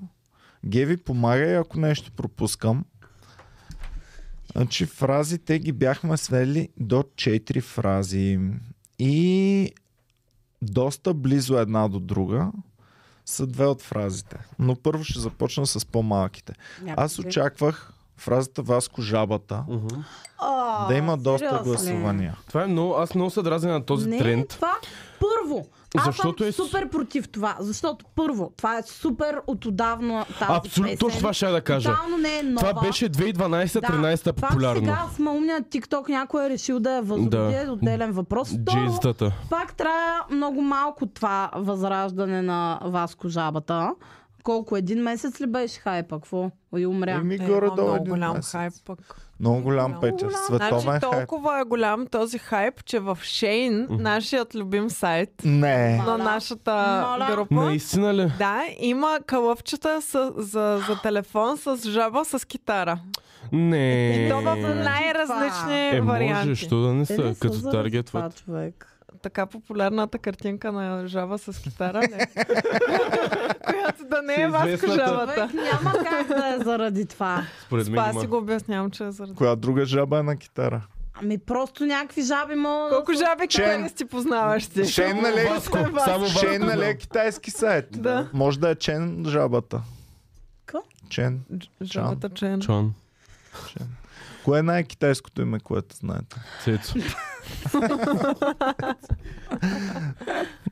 S1: Геви, помагай, ако нещо пропускам. Значи фразите ги бяхме свели до 4 фрази. И доста близо една до друга, са две от фразите. Но първо ще започна с по-малките. Аз очаквах фразата Васко жабата
S4: А,
S1: да има доста
S4: сериозно ли?
S1: гласувания.
S3: Това е много, аз много се дразня на този
S4: не, е
S3: тренд.
S4: това първо. Аз
S3: Защото
S4: Защото съм
S3: е
S4: е...
S3: с-
S4: супер против това. Защото първо, това е супер от отдавна е тази
S3: Абсолютно,
S4: песен.
S3: точно това ще я да кажа.
S4: Тотално не е нова.
S3: Това беше 2012-13
S4: да,
S3: популярно.
S4: Това сега с малумния TikTok някой е решил да я възроди.
S3: Да.
S4: Да. Отделен въпрос. Второ,
S3: Джейнстата.
S4: пак трябва много малко това възраждане на Васко Жабата. Колко? Един месец ли беше хайпа? Какво? И умря.
S1: Еми,
S2: Е,
S1: горе
S2: ма,
S1: долу
S2: много
S1: един
S2: голям
S1: месец.
S2: хайп пък.
S1: Много голям
S2: Много
S1: Петър.
S4: голям.
S1: Световен
S2: Значи
S1: хайп.
S2: толкова е голям този хайп, че в Шейн, нашият любим сайт
S1: Не.
S2: на
S4: Моля.
S2: нашата
S4: Моля.
S2: група,
S3: Наистина ли?
S2: да, има кълъвчета с, за, за телефон с жаба с китара.
S3: Не.
S2: И то в най-различни
S3: Е,
S2: варианти.
S3: може, що да не
S4: Те Е, не
S3: са, като
S4: заради това,
S3: таргетват.
S4: човек.
S2: Така популярната картинка на жаба с китара,
S4: <laughs>
S2: не. която да не е Васко
S3: Всеизвестната.
S2: жабата.
S4: Човек няма как да е заради това.
S3: Според мен
S2: Това
S3: има.
S2: си го обяснявам, че е заради.
S1: Коя друга жаба е на китара?
S4: Ами просто някакви жаби мога...
S2: Колко жаби
S1: Чен.
S2: китари си познаваш ти?
S1: Шен на лек.
S3: Васко,
S2: Васко.
S3: само Васко.
S1: Шен на
S3: знам.
S1: лек китайски сайт.
S2: Да.
S1: Може да е Чен жабата.
S4: Ко?
S1: Чен.
S2: Дж- Жабата Чен.
S3: Чон.
S1: Кое е най-китайското име, което знаете?
S3: Цецо.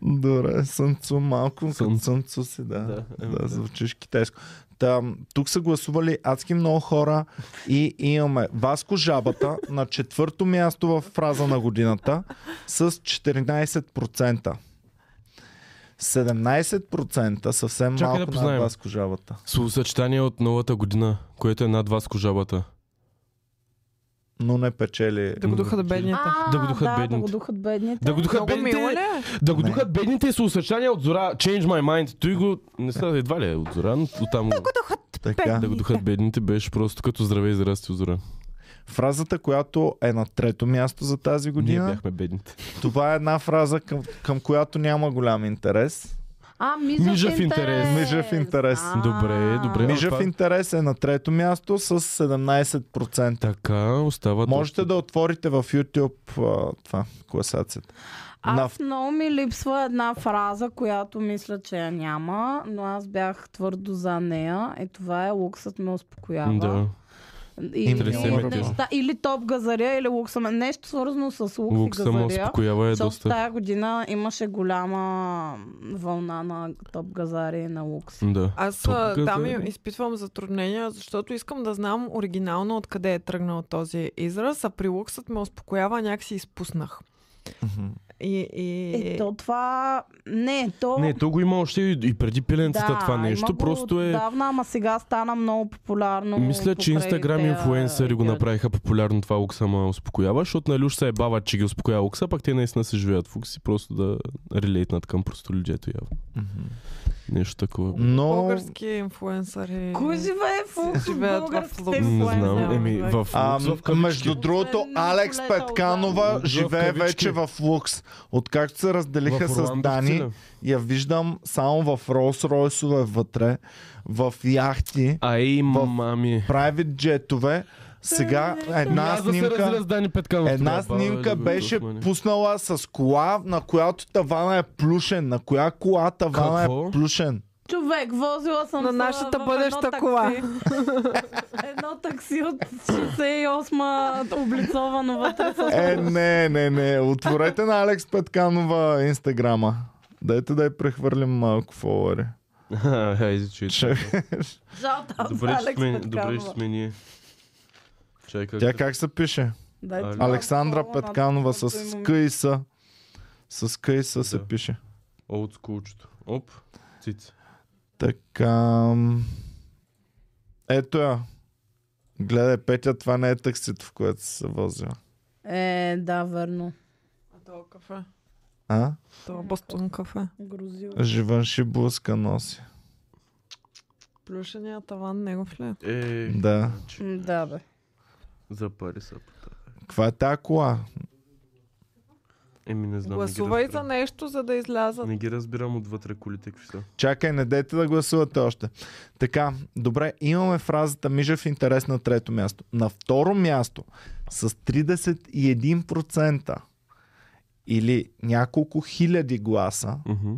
S1: Добре, Сънцо малко. като
S3: Сън-
S1: Сънцо си, да. Да,
S3: Да, еми
S1: да,
S3: да.
S1: звучиш китайско. Там, тук са гласували адски много хора и имаме Васко
S3: <laughs>
S1: Жабата на четвърто място в фраза на годината с 14%. 17% съвсем
S3: Чакай да
S1: малко на
S3: познаем.
S1: Васко Жабата.
S3: Словосъчетание от новата година, което е над вас кожабата.
S1: Но не печели.
S2: Да го духа да бедните.
S4: А,
S3: Да го духат
S4: да, Да
S3: бедните.
S4: го духат бедните.
S3: Да го духат
S2: Много мило ли
S3: бедните,
S2: е?
S3: да го
S1: Не.
S3: духат бедните и словосъчетание от Зора. Change my mind. Той го... Не са едва ли е от Зора, но от там... го-
S1: Така.
S3: Да го духат бедните беше просто като здраве и здрасти, Зора.
S1: Фразата, която е на трето място за тази
S3: Ние
S1: година,
S3: бяхме бедните.
S1: това е една фраза, към, към която няма голям интерес.
S4: А, мижа,
S3: Мижа в
S4: в интерес.
S3: интерес.
S1: Мижа в интерес.
S4: А.
S3: Добре, добре.
S1: Мижа
S3: това-
S1: в интерес е на трето място с 17%.
S3: Така, остава...
S1: Можете да отворите в YouTube а, това, класацията. На...
S4: Аз много ми липсва една фраза, която мисля, че я няма, но аз бях твърдо за нея. Е, това е луксът ме успокоява.
S3: Да.
S4: И,
S1: Интересен
S4: и
S1: ме ти.
S4: неща, или топ газария, или лукса. ме- Нещо свързано с лукс
S3: Лук
S4: и
S3: само
S4: газария.
S3: успокоява е
S4: Защото
S3: доста.
S4: тая година имаше голяма вълна на топ газари и на лукс.
S3: Да.
S2: Аз
S3: Тук
S2: а,
S3: като
S2: там
S3: е-
S2: им- изпитвам затруднения, защото искам да знам оригинално откъде е тръгнал този израз, а при луксът ме успокоява, някакси изпуснах.
S1: Мгм.
S2: И, и...
S4: Е, то това... Не, то...
S3: Не, то го има още и, и преди пиленцата това нещо.
S4: има го
S3: просто е...
S4: Давна, ама сега стана много популярно.
S3: Мисля, че
S4: покрай е-
S3: Инстаграм
S4: тея
S3: инфуенсъри го
S4: герчета.
S3: направиха популярно това лукса ма успокоява, защото на Люш се е бават, че ги успокоява лукса, пак те наистина се живеят в лукс и просто да релейтнат към просто людето явно.
S1: Мгм.
S3: Нещо такова.
S1: Но
S2: Български инфуенсъри.
S4: Кой живее в лукс?
S2: Живеят в лукс.
S4: Българските
S3: Не знам. Е.
S4: инфлуенсъри?
S3: Еми, в
S1: а,
S3: лукс, в
S1: между
S3: кавички.
S1: другото,
S4: Освен
S1: Алекс
S4: полета от
S1: Петканова
S3: Дани.
S1: живее
S3: В кавички.
S1: вече в Лукс. Откакто се разделиха
S3: В
S1: с
S3: Орландо в
S1: Дани,
S3: Чили.
S1: я виждам само в Ролс Ройсове вътре, в яхти,
S3: Ай,
S1: В-
S3: мами.
S1: правит джетове. Сега една
S3: Аз да се
S1: снимка...
S3: разделя с Дани Петканов
S1: Е, Една
S3: тогава, баба,
S1: снимка
S3: Любен
S1: беше
S3: Дусмани.
S1: пуснала с кола, на която тавана е плюшен. На коя кола тавана е
S3: Какво?
S1: плюшен?
S4: Човек, возила съм
S2: На
S4: се
S2: нашата
S4: в едно
S2: бъдеща
S4: такси.
S2: кола.
S4: <laughs> едно такси от 68-ма облицовано вътре с
S1: Е, не, не, не. Отворете на Алекс Петканова инстаграма. Дайте да я прехвърлим малко фолуари.
S3: <laughs> Ха, Айзи, чуй.
S4: жълта
S3: Добре, че
S4: Алекс
S3: сме- Добре, че
S4: Петканова.
S3: сме ние. Чакай.
S1: Тя как се пише?
S4: Дай това
S1: Александра
S4: слово на
S1: Петканова
S4: другото
S1: с
S4: име.
S1: К и С. С К и С се
S3: Да.
S1: пише.
S3: Олдскулчето. Оп. Цици.
S1: Така. м, Ето я. Гледай, Петя, това не е таксито, в което си се возила.
S4: Е, да, верно.
S2: То кафе.
S1: А?
S2: То Бостон кафе.
S4: Грузила.
S3: Е.
S1: Живанши блъска носи.
S2: Плюшения таван, негов ли? е?
S3: Е,
S1: Да.
S4: М, Да, бе.
S3: за пари са пъта.
S1: Каква е тази кола?
S3: Еми, не знам. не ги
S2: Гласувай за
S3: разбирам.
S2: нещо, за да излязат.
S3: Не ги разбирам отвътре колите какви са.
S1: Чакай, не дайте да гласувате още. Така, добре, имаме фразата Мижа в интерес на трето място. На второ място с 31% или няколко хиляди гласа
S3: Мгм.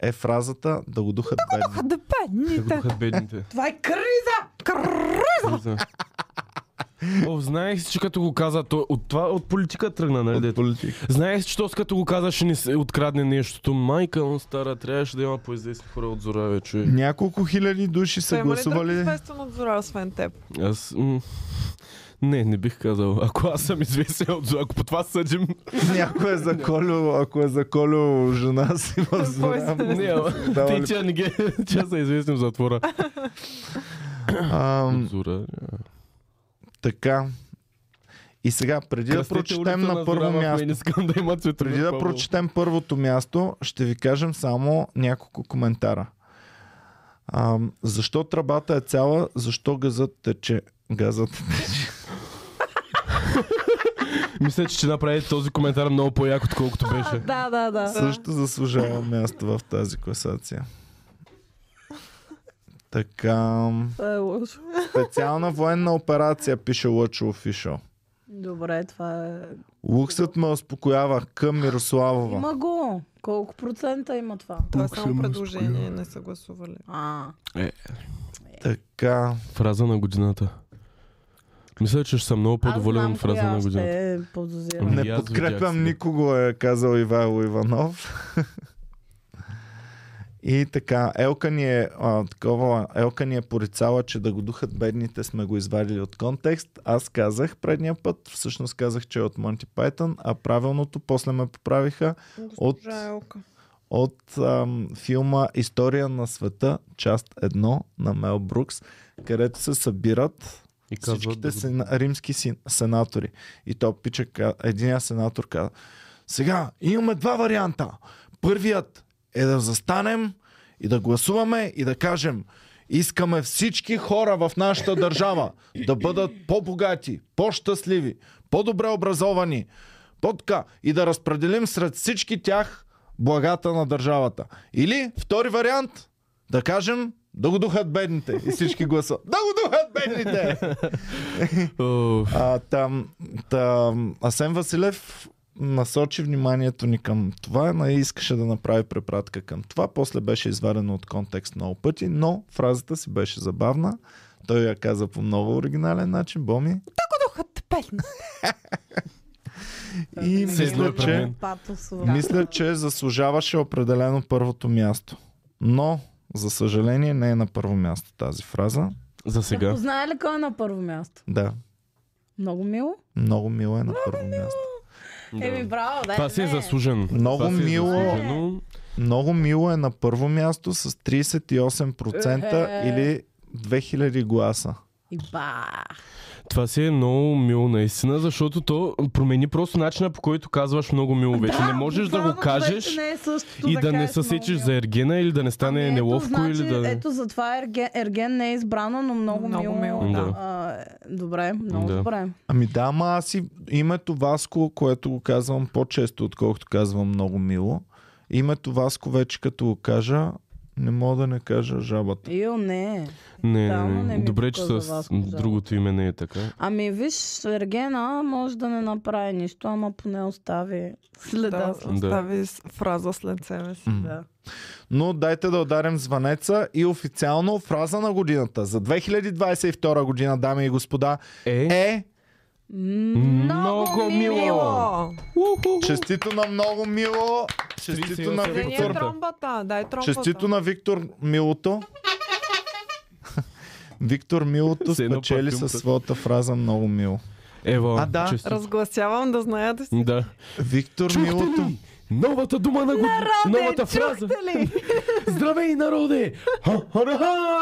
S1: е фразата да го духат бедни.
S2: Да
S3: Да го
S2: бедните.
S3: духат бедните.
S4: Това е криза!
S3: О, знаех си, че като го каза, то, от това от политика тръгна, нали?
S1: От
S3: дето?
S1: политика.
S3: Знаех си, че то с като го каза, ще ни се открадне нещото. Майка му стара, трябваше да има по известни хора от Зораве, човек.
S1: Няколко хиляди души са
S2: Та има ли
S1: <laughs>
S2: друг
S1: гласували.
S2: известен от Зора, освен теб?
S3: Аз... М- не, не бих казал. Ако аз съм известен от Зораве, ако по това съдим...
S1: Някой е заколил, ако е заколил жена си
S2: е
S1: в зора.
S2: Кой
S3: не, ама...
S1: нали?
S3: Ти тя не ги... Тя са известни в затвора.
S1: Ам,
S3: От Зораве.
S1: Така. И сега, преди да
S3: Кръстете
S1: прочетем
S3: улица
S1: на първо
S3: Зорава, ако
S1: място,
S3: Не искам да има цветове.
S1: преди да
S3: Павло.
S1: прочетем първото място, ще ви кажем само няколко коментара. А, защо тръбата е цяла, защо газът тече? Газът тече.
S3: Мисля, че ще направи този коментар много по-як, отколкото беше.
S4: Да, да, да.
S1: Също заслужава място в тази класация. Така,
S4: Това е лошо.
S1: специална военна операция, пише Лъчо Official.
S4: Добре, това е...
S1: Луксът ме успокоява към Мирославова.
S4: Има го. Колко процента има това?
S2: Това е само предложение, не са гласували.
S4: А,
S1: Така,
S3: Фраза на годината. Мисля, че ще съм много по-доволен от фраза на годината.
S4: ще е подозирам.
S3: И
S1: Не
S3: Ами аз видях
S1: подкрепям
S3: сега.
S1: никого, е казал Ивайло Иванов. И така, Елка ни е а, такова, Елка ни е порицала, че да го духат бедните сме го извадили от контекст. Аз казах предния път, всъщност казах, че е от Монти Пайтън, а правилното после ме поправиха от,
S2: Госпожа Елка.
S1: от ам, филма История на света, част 1 на Мел Брукс, където се събират
S3: И
S1: всичките
S3: казват, да-
S1: сен... римски сен... сенатори. И то пича, ка- единия сенатор каза, сега имаме два варианта. Първият е да застанем и да гласуваме и да кажем, искаме всички хора в нашата държава да бъдат по-богати, по-щастливи, по-добре образовани, по-така и да разпределим сред всички тях благата на държавата. Или втори вариант, да кажем, да го духат бедните. И всички гласуват. Да го духат бедните!
S3: О,
S1: А, там, там, Асен Василев насочи вниманието ни към това, но и искаше да направи препратка към това. После беше извадено от контекст много пъти, но фразата си беше забавна. Той я каза по много оригинален начин, Боми.
S2: Духът песен.
S4: Ами,
S1: И
S3: Все едно
S1: мисля,
S3: е пред
S1: че,
S3: мен.
S4: Патосово.
S1: мисля, че заслужаваше определено първото място. Но, за съжаление, не е на първо място тази фраза.
S3: за сега.
S4: Знае ли кой е на първо място?
S1: Да,
S4: Много мило.
S1: много мило е на първо място.
S4: Еми, браво, да.
S3: Това си е заслужено.
S1: Много
S3: Това си е
S1: мило.
S3: заслужено.
S1: Много мило е на първо място с 38%
S4: Е.
S1: или 2000 гласа.
S4: И ба.
S3: Това си е много мило наистина, защото то промени просто начина по който казваш много мило вече. Не можеш да
S4: Буквално
S3: го кажеш
S4: вече не е същото
S3: и да не
S4: кажеш
S3: се сечеш
S4: много
S3: за
S4: мило.
S3: ергена или да не стане
S4: Ами ето,
S3: неловко
S4: значи,
S3: или да...
S4: Ето затова ерген, ерген не е избрано, но много,
S2: Много
S4: мило.
S2: мило,
S3: да.
S4: да. А, добре, много
S3: Да.
S4: добре.
S1: Ами да, ама аз и името Васко, което го казвам по-често, отколкото казвам много мило. Името Васко вече като го кажа, не мога да не кажа жабата.
S4: Ио, не.
S3: Не, не, не,
S4: Тотално не ми
S3: Добре, че
S4: показва
S3: с
S4: вас, да.
S3: другото име не е така.
S4: Ами виж, Ергена може да не направи нищо, ама поне остави
S2: Да,
S4: следа.
S2: остави с- фраза след себе си.
S1: М.
S4: Да.
S1: Но дайте да ударим звънеца и официално фраза на годината за 2022 година, дами и господа,
S3: Е,
S1: е
S3: Много
S4: Много
S3: мило.
S4: мило!
S2: О,
S1: честито на много мило, честито на
S3: 38%.
S2: да ни е
S1: Виктор
S2: тромбата, дай тромбата.
S1: Честито на Виктор Милото. <laughs> Виктор Милото
S3: Все едно
S1: спечели
S3: парфюмта.
S1: със своята фраза много мило.
S3: Ева,
S1: А, да.
S3: честито.
S2: Разгласявам да знаете си.
S3: Да.
S1: Виктор Милото.
S3: Новата дума на година. Новата фраза.
S2: Чухте ли?
S3: Здравей, народе! Ха-ха-ха!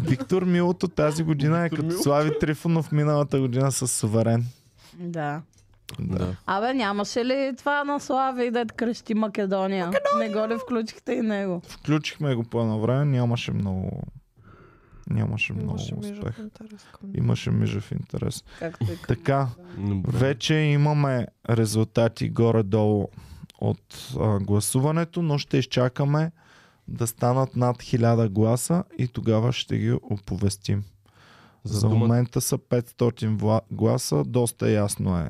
S1: Виктор Милото тази година е
S3: Виктор
S1: като
S3: Милото.
S1: Слави Трифонов миналата година с Суверен.
S4: Да.
S3: Да.
S4: Абе, нямаше ли това на Слави да крещи Македония? Македония? Не го ли включихте и него?
S1: Включихме го по едно време, нямаше много... Нямаше много
S2: Имаше между
S1: успех.
S2: интерес към
S1: Имаше мижев интерес.
S4: Както и как.
S1: Така,
S3: Добре.
S1: Вече имаме резултати горе-долу от а, гласуването, но ще изчакаме да станат над 1000 гласа и тогава ще ги оповестим. За,
S3: дума-
S1: момента са 500 вла- гласа, доста ясно е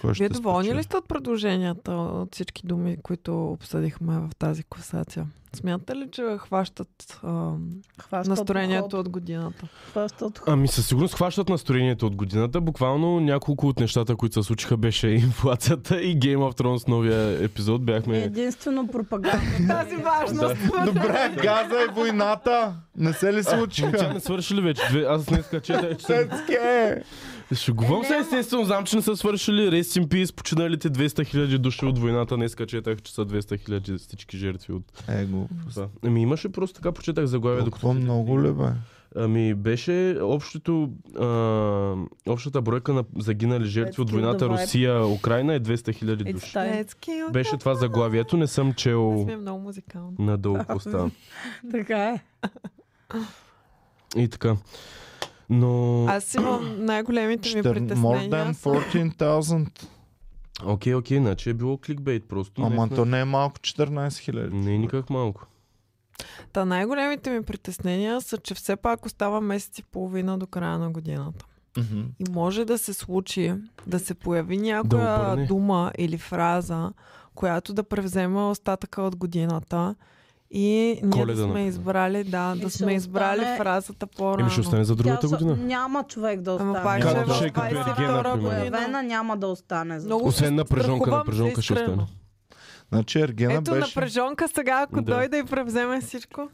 S1: Кой ще
S2: Вие доволни
S1: спечели?
S2: ли сте от предложенията от всички думи, които обсъдихме в тази класация? Смятате ли, че хващат а,
S4: Хваща от
S2: настроението
S4: ход,
S2: от годината?
S4: Хваща от ход.
S3: Ами със сигурност хващат настроението от годината. Буквално няколко от нещата, които се случиха, беше <laughs> инфлацията и Game of Thrones новия епизод.
S4: Е,
S3: Бяхме...
S4: Единствено пропаганда.
S2: <laughs> Тази важност.
S1: Добре, газа и войната. Не се ли
S3: Тя
S1: случиха?
S3: не свършили вече. Две- Аз днес четах, че...
S1: Цецке!
S3: Шегувам се, естествено, знам, че не са свършили. Rest in peace, починалите 200 000 души от войната. Днес четах, че са 200 000 всички жертви от
S1: Его.
S3: това. Ами имаше просто така, почетах заглавие, докато...
S1: Е, Какво много ли бе?
S3: Ами беше общото, а, общата бройка на загинали жертви от
S4: Let's kill the
S3: войната
S4: vibe.
S3: Русия-Украина е 200 000
S4: It's
S3: души.
S4: time.
S3: Беше това заглавието, не съм чел
S2: Сме много музикални.
S3: надолу поставям.
S4: Така е.
S3: И така. Но...
S2: Аз имам най-големите ми
S1: Четир- More than
S2: притеснения. са-
S1: 14,000.
S3: Окей, окей, значи е било кликбейт просто.
S1: Ама
S3: наистина.
S1: то не е малко 14 000.
S3: Не е никак малко.
S2: Та най-големите ми притеснения са, че все пак остава месец и половина до края на годината.
S1: Мгм.
S2: И може да се случи да се появи някоя
S3: Да обърне.
S2: дума или фраза, която да превземе остатъка от годината. И ние
S3: Коледа,
S2: да сме
S3: например.
S2: избрали, да, да
S4: И ще
S2: сме избрали
S4: остане-
S2: фразата по-рано.
S3: Еми ще остане за другата
S4: Тя со-
S3: година.
S4: Няма човек да
S2: Ама пак
S3: Няма
S4: остане.
S2: ще е в
S3: да ще е като Ергена,
S2: 22
S3: примерно.
S2: година.
S4: Появена няма да остане. За...
S2: Много
S3: Освен
S2: се
S3: напрежонка,
S2: страхувам
S3: напрежонка ще
S2: искрено.
S3: остане.
S1: Значи Ергена
S2: Ето
S1: беше...
S2: напрежонка сега, ако
S3: Да.
S2: дойде и превземе всичко.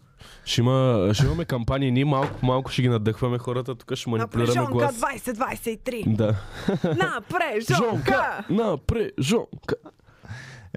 S3: Ще, има, ще имаме кампании, ние малко, малко ще ги надъхваме хората, тук ще манипулираме
S2: Напрежонка
S3: глас. <laughs>
S2: 2023.
S3: Да.
S2: Напрежонка!
S3: Напрежонка!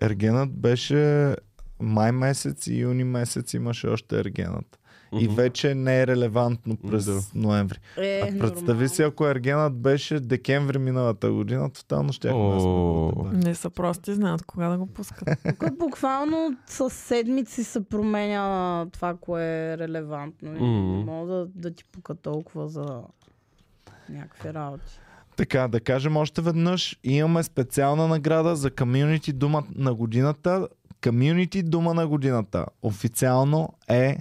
S1: Ергенът беше май месец и юни месец имаше още Ергенът. И
S3: Мгм.
S1: вече не е релевантно
S3: Да.
S1: през ноември.
S4: Е,
S1: А
S4: нормално.
S1: представи си, ако Ергенът беше декември миналата година, тотално ще да сме
S3: О.
S1: в Дубай.
S2: Не са прости, знаят кога да го пускат.
S4: Тук буквално с седмици се променя това, кое е релевантно. Mm.
S3: Мгм.
S4: Мога да, да ти пука толкова за някакви работи.
S1: Така, да кажем още веднъж, имаме специална награда за Community Дума на годината. Community Дума на годината официално е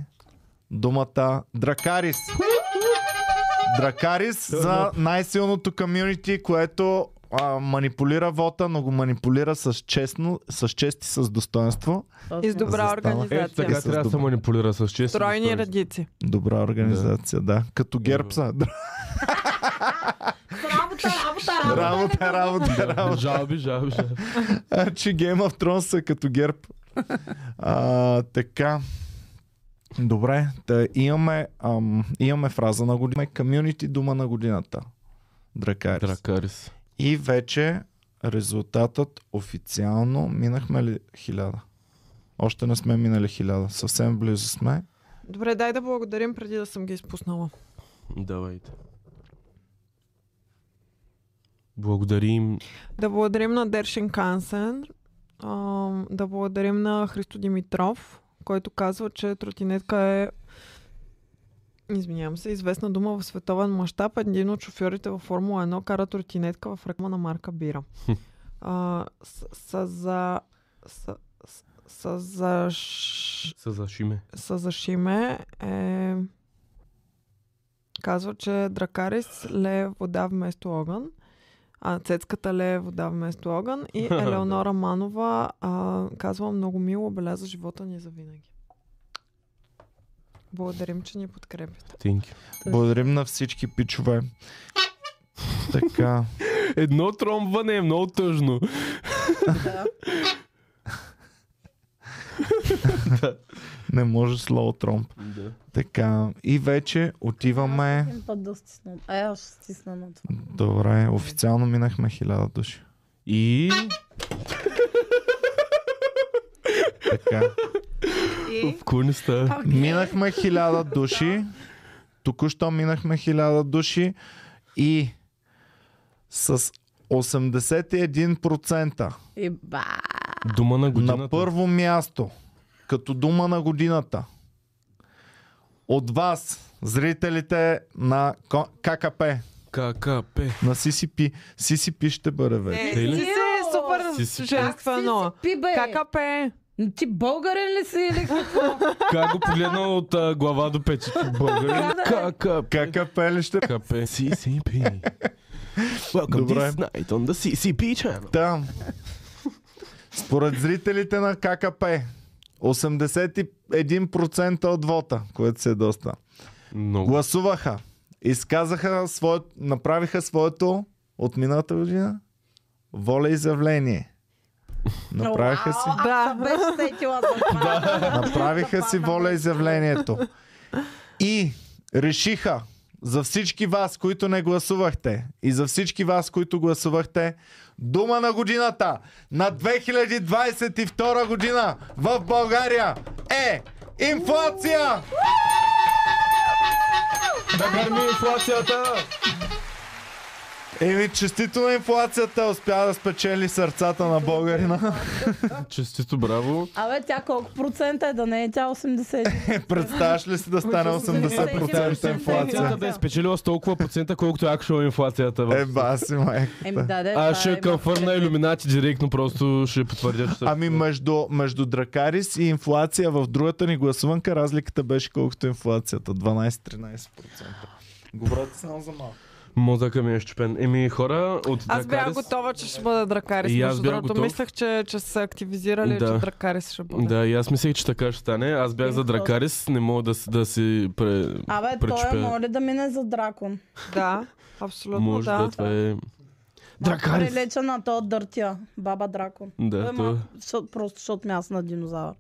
S1: думата Дракарис. Дракарис за най-силното комюнити, което а, манипулира вота, но го манипулира с, честно, с чест и с достоинство.
S4: Това
S2: И с
S4: сме-
S2: добра
S1: Застава.
S3: Е,
S2: организация.
S3: така трябва да се манипулира с чест. и
S2: Тройни
S3: достоинство.
S2: редици.
S1: Добра организация, да. Като гербса.
S4: Работа, работа, работа.
S1: Работа, работа, работа.
S3: Жалби, жалби, жалби.
S1: А, че Game of Thrones са като герб. А, така. Добре, да имаме, ам, имаме фраза на година. Community дума на годината. Дракарис.
S3: Дракарис.
S1: И вече резултатът официално минахме ли хиляда? Още не сме минали хиляда. Съвсем близо сме.
S2: Добре, дай да благодарим преди да съм ги изпуснала.
S3: Давайте. Благодарим.
S2: Да благодарим на Дершен Кансен, а, да благодарим на Христо Димитров, който казва, че тротинетка е Извинявам се, известна дума в световен мащаб. Един от шофьорите във Формула 1 кара тротинетка в ръкма на марка Бира. А, с, са за... Са, с- са за... ш-
S3: Са зашиме.
S2: Сазашиме е... казва, че Дракарис ле вода вместо огън. А, цецката ле вода вместо огън. И
S3: <laughs> Да.
S2: Елеонора Манова а, казва много мило, обеляза живота ни за винаги. Благодарим, че ни подкрепите.
S3: Thank you.
S1: Благодарим на всички пичове. Така.
S3: Едно тромбване е много тъжно.
S1: Не може слоу тромп.
S3: Да.
S1: Така. И вече отиваме.
S4: Един път да стисна. Е, аз ще стисна на това.
S1: Добре, официално минахме хиляда души.
S3: И
S1: Така.
S2: И...
S3: в куниста.
S1: Минахме хиляда души. Току-що минахме хиляда души. И с 81%
S4: И ба.
S3: Дума на годината.
S1: на първо място, като дума на годината, от вас, зрителите на Ко- ККП,
S3: ККП.
S1: на CCP, CCP ще бъде вече.
S2: Е,
S3: Тъй ли?
S2: ти си супер
S3: Си си-
S2: женствено.
S4: Пи, бе.
S2: ККП.
S4: Ти българен ли си или какво?
S3: Как го погледна от а, глава до печето? Българин. ККП.
S1: ККП ли ще
S3: ККП. ССП. Welcome
S1: Добре.
S3: this night on the CCP channel.
S1: Да. Според зрителите на ККП, 81% от вота, което се е доста,
S3: Много.
S1: гласуваха, изказаха своето, направиха своето от миналата година воля изявление. Направиха си.
S4: Уау, Аз се беше сетила за
S3: <laughs>
S4: това.
S1: Направиха си воля изявлението. И решиха за всички вас, които не гласувахте и за всички вас, които гласувахте, дума на годината на 2022 година в България е инфлация!
S3: Да гърми инфлацията!
S1: Еми, честито на инфлацията успя да спечели сърцата на българина.
S3: Честито, браво.
S4: Абе, тя колко процента е да не е тя 80?
S1: Представяш ли си да стане 80% инфлация?
S3: Инфлацията да е спечелила с толкова процента, колкото е actual инфлацията. В...
S1: Е, баси, майка.
S4: Еми да, да.
S3: Аз
S4: това е,
S3: ще
S4: има
S3: къмфърна
S4: предвид.
S3: иллюминати директно, просто ще потвърдя, че...
S1: Ами между, между Дракарис и инфлация в другата ни гласуванка разликата беше колкото инфлацията. 12-13%. Говорите само за малко.
S3: Мозъка ми е щупен. Еми хора от
S2: Аз бях
S3: Дракарис-
S2: готова, че ще бъде Дракарис.
S3: И аз
S2: Между
S3: бях
S2: другото,
S3: готов.
S2: мислех, че, че са се активизирали,
S3: Да.
S2: че Дракарис ще бъде.
S3: Да, и аз мислех, че така ще стане. Аз бях за
S4: Инфлация.
S3: Дракарис, не мога да, си- да си пре...
S4: Абе, той
S3: пречупя.
S4: е моля да мине за дракон.
S2: да абсолютно
S3: Може да,
S2: да.
S3: това е...
S4: Дракарис.
S3: Дракарис!
S4: Прилича на то дъртя. Баба дракон. Той
S3: Да,
S4: е
S3: то...
S4: малко, защо- просто защото място на динозавър.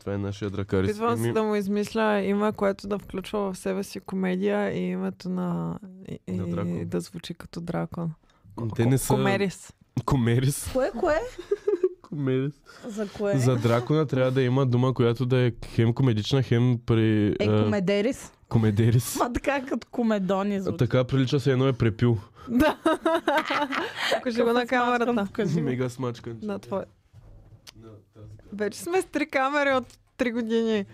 S3: това е нашия Дракарис.
S2: Опитвам се
S3: Еми,
S2: да му измисля име, което да включва в себе си комедия и името на... И, и-
S3: На дракон.
S2: да звучи като дракон.
S3: Те не са...
S2: Комерис.
S3: Комерис.
S4: Кое, кое?
S3: Комерис.
S4: За кое?
S3: За дракона трябва да има дума, която да е хем комедична, хем при...
S4: Е, комедерис.
S3: комедерис.
S4: Ма така като комедони звучи.
S3: Така прилича се едно е препил.
S2: Да. Покажи го на камерата.
S4: Покажи ми.
S3: Мега смачкан.
S2: На твой. Вече сме с три камери от три години.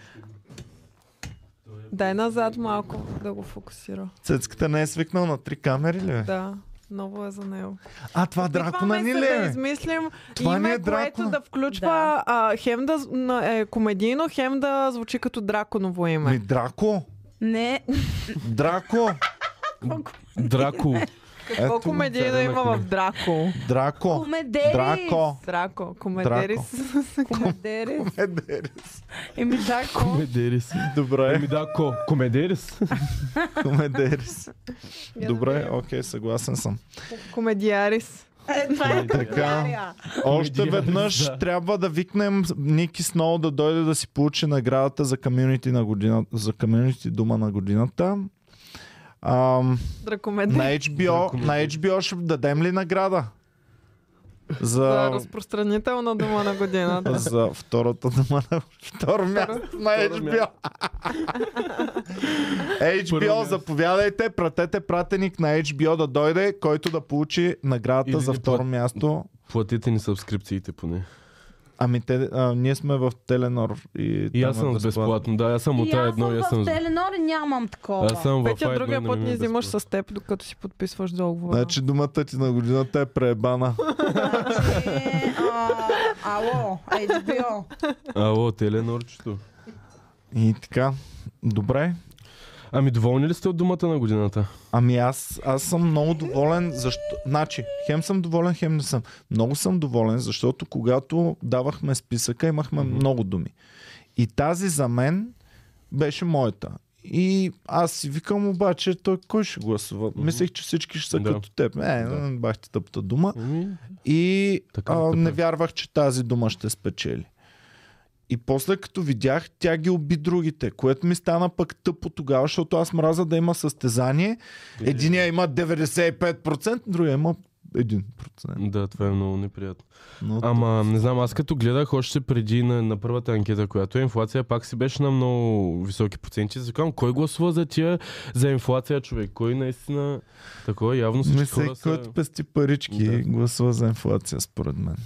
S2: Дай назад малко да го фокусира.
S1: Цецката не е свикнал на три камери ли? бе?
S2: Да, много е за него.
S1: Е. А това дракона
S2: Опитваме
S1: ни
S2: се
S1: ли
S2: Да
S1: е?
S2: измислим
S1: Това
S2: име,
S1: не е
S2: което
S1: дракона.
S2: да включва
S4: Да.
S2: а, хем да з- на- е комедийно, хем да звучи като драконово име.
S1: Ми Драко?
S4: Не,
S1: Драко?
S3: Драко.
S2: Какво
S1: ето го,
S2: комедийно
S3: царя на
S2: има в Драко?
S1: Драко?
S4: комедерис.
S1: Драко?
S2: Драко, комедерис.
S4: Комедерис.
S1: Е, дерис.
S4: Еми дракон.
S3: Комедерис. Еми
S1: Добре,
S3: да, ко. Комедерис.
S1: комедерис.
S2: Я
S1: Добре, окей, съгласен съм.
S2: Комедиарис.
S4: Е, това е
S1: Така.
S4: комедия.
S1: Още
S3: Комедиарис,
S1: веднъж
S3: Ами <laughs> да.
S1: трябва да викнем Ники Сноу да дойде да си получи наградата за комюнити на годината, за комюнити дума на годината. Ам, на,
S2: Дракомедерис.
S1: HBO, на
S3: е.
S1: HBO ще дадем ли награда?
S2: За
S1: За,
S2: разпространителна дума на годината.
S1: за втората дума на второ място на <laughs> HBO. HBO, заповядайте, пратете пратеник на HBO да дойде, който да получи наградата
S3: Или
S1: за
S3: ни
S1: второ
S3: плат-
S1: място.
S3: Платите ни субскрипциите поне.
S1: Ами те, а, ние сме в Теленор. И,
S3: И
S1: там
S3: аз
S1: е
S3: съм безплатно. Да, аз съм от
S4: И
S3: тая
S4: аз
S3: едно и
S4: съм
S3: аз
S4: в
S3: съм...
S4: Теленор и нямам такова.
S3: Аз съм в
S2: Петя,
S3: А1 и
S2: другия
S3: на
S2: път
S3: мен
S2: ни
S3: е
S2: взимаш
S3: безплатно.
S2: с теб, докато си подписваш договора.
S1: Значи думата ти на годината е преебана.
S4: Е, а, Ало, HBO.
S3: Ало, Теленорчето.
S1: И така. Добре.
S3: Ами доволни ли сте от думата на годината?
S1: Ами аз, аз съм много доволен, защо... Значи, хем съм доволен, хем не съм. Много съм доволен, защото когато давахме списъка, имахме
S3: Мгм.
S1: много думи. И тази за мен беше моята. И аз си викам обаче, той кой ще гласува?
S3: Мгм.
S1: Мислех, че всички ще са
S3: Да.
S1: като теб. Е,
S3: Да.
S1: бах ти тъпта дума.
S3: Ами,
S1: И
S3: Така ли
S1: а,
S3: те
S1: не
S3: прави?
S1: вярвах, че тази дума ще спечели. И после като видях, тя ги уби другите, което ми стана пък тъпо тогава, защото аз мраза да има състезание.
S3: Е,
S1: Единия има 95%, другия има 1%.
S3: Да, това е много неприятно.
S1: Но
S3: Ама, не знам, аз като гледах още преди на, на първата анкета, която е инфлация, пак си беше на много високи проценти. Закам, кой гласува за тия, за инфлация, човек? Кой наистина такова? Явно всички
S1: не се,
S3: хора са...
S1: който пести парички,
S3: Да.
S1: гласува за инфлация, според мен.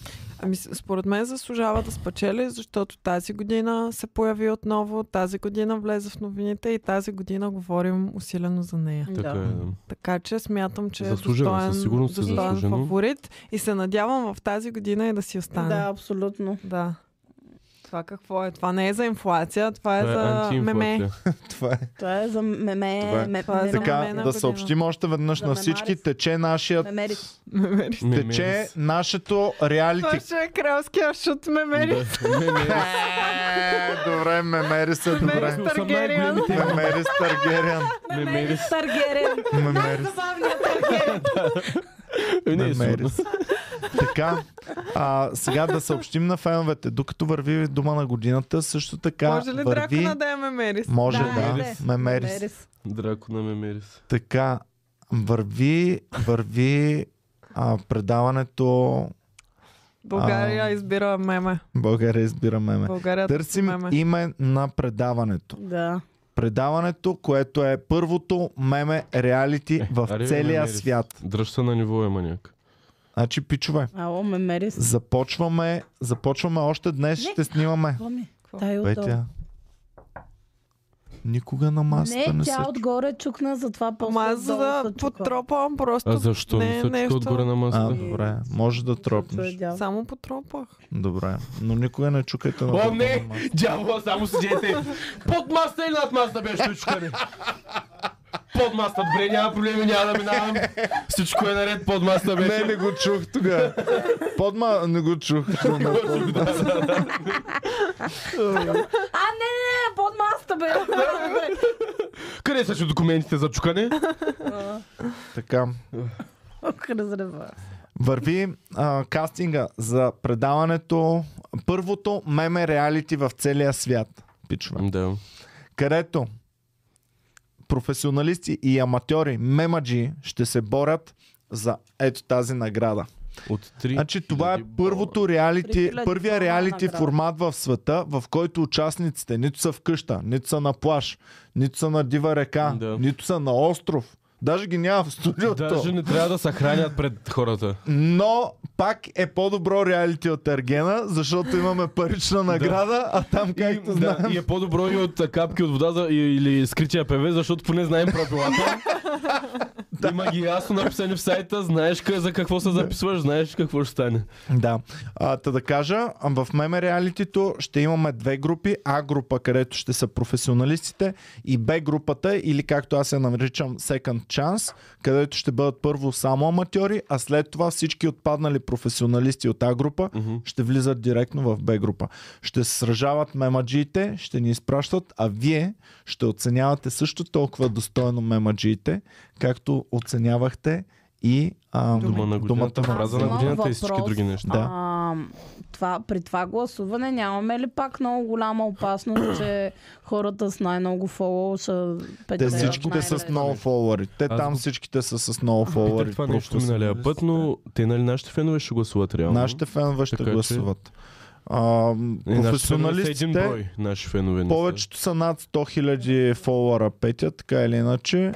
S2: Ами, с- според мен заслужава да спечели, защото тази година се появи отново, тази година влезе в новините и тази година говорим усилено за нея.
S3: Така е,
S4: Да.
S3: да.
S2: Така че смятам, че
S3: Заслужено,
S2: е достоен,
S3: със сигурност е
S2: достоен
S3: заслужено.
S2: фаворит и се надявам в тази година и да си остане.
S4: Да, абсолютно.
S2: да. Това какво е? Това не е за инфлация, това е, за меме.
S1: Това е.
S4: Това е за меме.
S1: Това е.
S4: ме-
S2: Това е
S4: меме-
S2: за
S1: Така,
S2: мен на
S1: да
S2: година.
S1: съобщим още веднъж
S4: За
S1: на всички.
S4: мемарис.
S1: Тече нашият
S4: мемери.
S2: Мемерис.
S1: тече нашето
S2: Това
S1: реалити.
S2: ще е кралския шут мемерис.
S1: Е, <laughs> Добре, мемери са добре.
S2: Мемерис Таргериан.
S1: Мемери с Таргериан.
S4: Мемери с Таргериан.
S1: Мемери с
S4: Забавният Таргериан.
S3: Е,
S1: Мемери с- Така, а, сега да съобщим на феновете, докато върви Дума на годината, също така
S2: Може ли
S1: върви...
S2: дракона да е мемерис?
S1: Може
S4: Да,
S1: да,
S4: Мемерис.
S1: мемерис.
S4: Мемерис.
S3: Драко на Мемерис.
S1: Така, върви, върви а, предаването
S2: България
S1: А.
S2: избира меме.
S1: България избира меме.
S2: България търси
S1: Търсим
S2: меме.
S1: име на предаването.
S4: Да.
S1: Предаването, което е първото меме реалити
S3: Е,
S1: в
S3: аре,
S1: целия
S3: мемерис.
S1: свят.
S3: Дръж се на ниво е маняк.
S1: Значи, пичове,
S4: Ало, мемерис.
S1: започваме, започваме още днес,
S4: Не.
S1: ще снимаме.
S4: Какво ми? Тай
S1: Бе,
S4: отдолу.
S1: тя. Никога на масата не,
S4: Не,
S1: се...
S4: тя отгоре чукна, затова
S2: Ама
S4: после
S2: аз за
S4: отдолу
S2: да
S4: се чука.
S2: потропам просто.
S3: А защо
S2: не, е
S3: не, не
S2: нещо.
S3: се отгоре на
S1: А,
S3: масата?
S1: добре, може да
S4: Чу е
S1: тропнеш.
S4: дяло.
S2: Само потропах.
S1: Добре, но никога не чукайте на
S3: О,
S1: върха на
S3: не!
S1: масата.
S3: Дявола, само седете! Под маста и над маста беше чучкане! Под маста, добре, няма проблеми, няма да минавам. Всичко е наред, под маста беше.
S1: Не, не го чух тогава. Подма, не го чух.
S4: А, не, не, не, под
S2: <laughs>
S4: масата бе.
S3: Къде са си документите за чукане?
S1: така.
S4: Ох, Разрева.
S1: Върви а, кастинга за предаването първото меме реалити в целия свят. Пичове.
S3: Да.
S1: Където професионалисти и аматьори, мемаджи ще се борят за ето тази награда.
S3: От три.
S1: Значи това е
S3: хиляди долара.
S1: първото реалити,
S4: 3000
S1: първия
S4: долара
S1: реалити
S4: награда.
S1: формат в света, в който участниците нито са вкъща, нито са на плаж, нито са на дива река,
S3: Да.
S1: нито са на остров. Даже ги няма в студиото.
S3: Даже не трябва да се хранят пред хората.
S1: Но пак е по-добро реалити от Ергена, защото имаме парична награда, а там както
S3: и,
S1: знаем...
S3: да, и е по-добро и от а, капки от вода за, и- или скрития ПВ, защото поне знаем
S1: <laughs>
S3: правилата. Има ги ясно написани в сайта, знаеш къ- за какво се записваш, знаеш какво ще стане.
S1: Да. А, та да кажа, а, в меме реалитито ще имаме две групи. А група, където ще са професионалистите и Б групата, или както аз я наричам Second Chance, където ще бъдат първо само аматьори, а след това всички отпаднали професионалисти от А група ще влизат директно в Б група. Ще се сражават мемаджиите, ще ни изпращат, а вие ще оценявате също толкова достойно мемаджиите, както оценявахте и а,
S3: Дума на
S1: думата
S3: годината, фраза на
S4: Аз имам
S3: годината и всички
S4: въпрос.
S3: други неща.
S1: Да.
S4: А, това, при това гласуване нямаме ли пак много голяма опасност, че хората с най-много фолоу са
S1: Те
S4: печелят
S1: всичките са с
S4: най-лесно?
S1: много фолуари. Те
S3: Аз
S1: там
S3: го-
S1: всичките са с много
S3: Питах
S1: фолуари.
S3: това
S1: Просто
S3: нещо миналия път, но те нали нашите фенове ще гласуват реално?
S1: Нашите фенове ще
S3: Така че-
S1: гласуват. А,
S3: Е, нашите фенове са един
S1: професионалистите,
S3: брой, наши фенове не са.
S1: повечето са над 100 000 фолуара петя, така или иначе.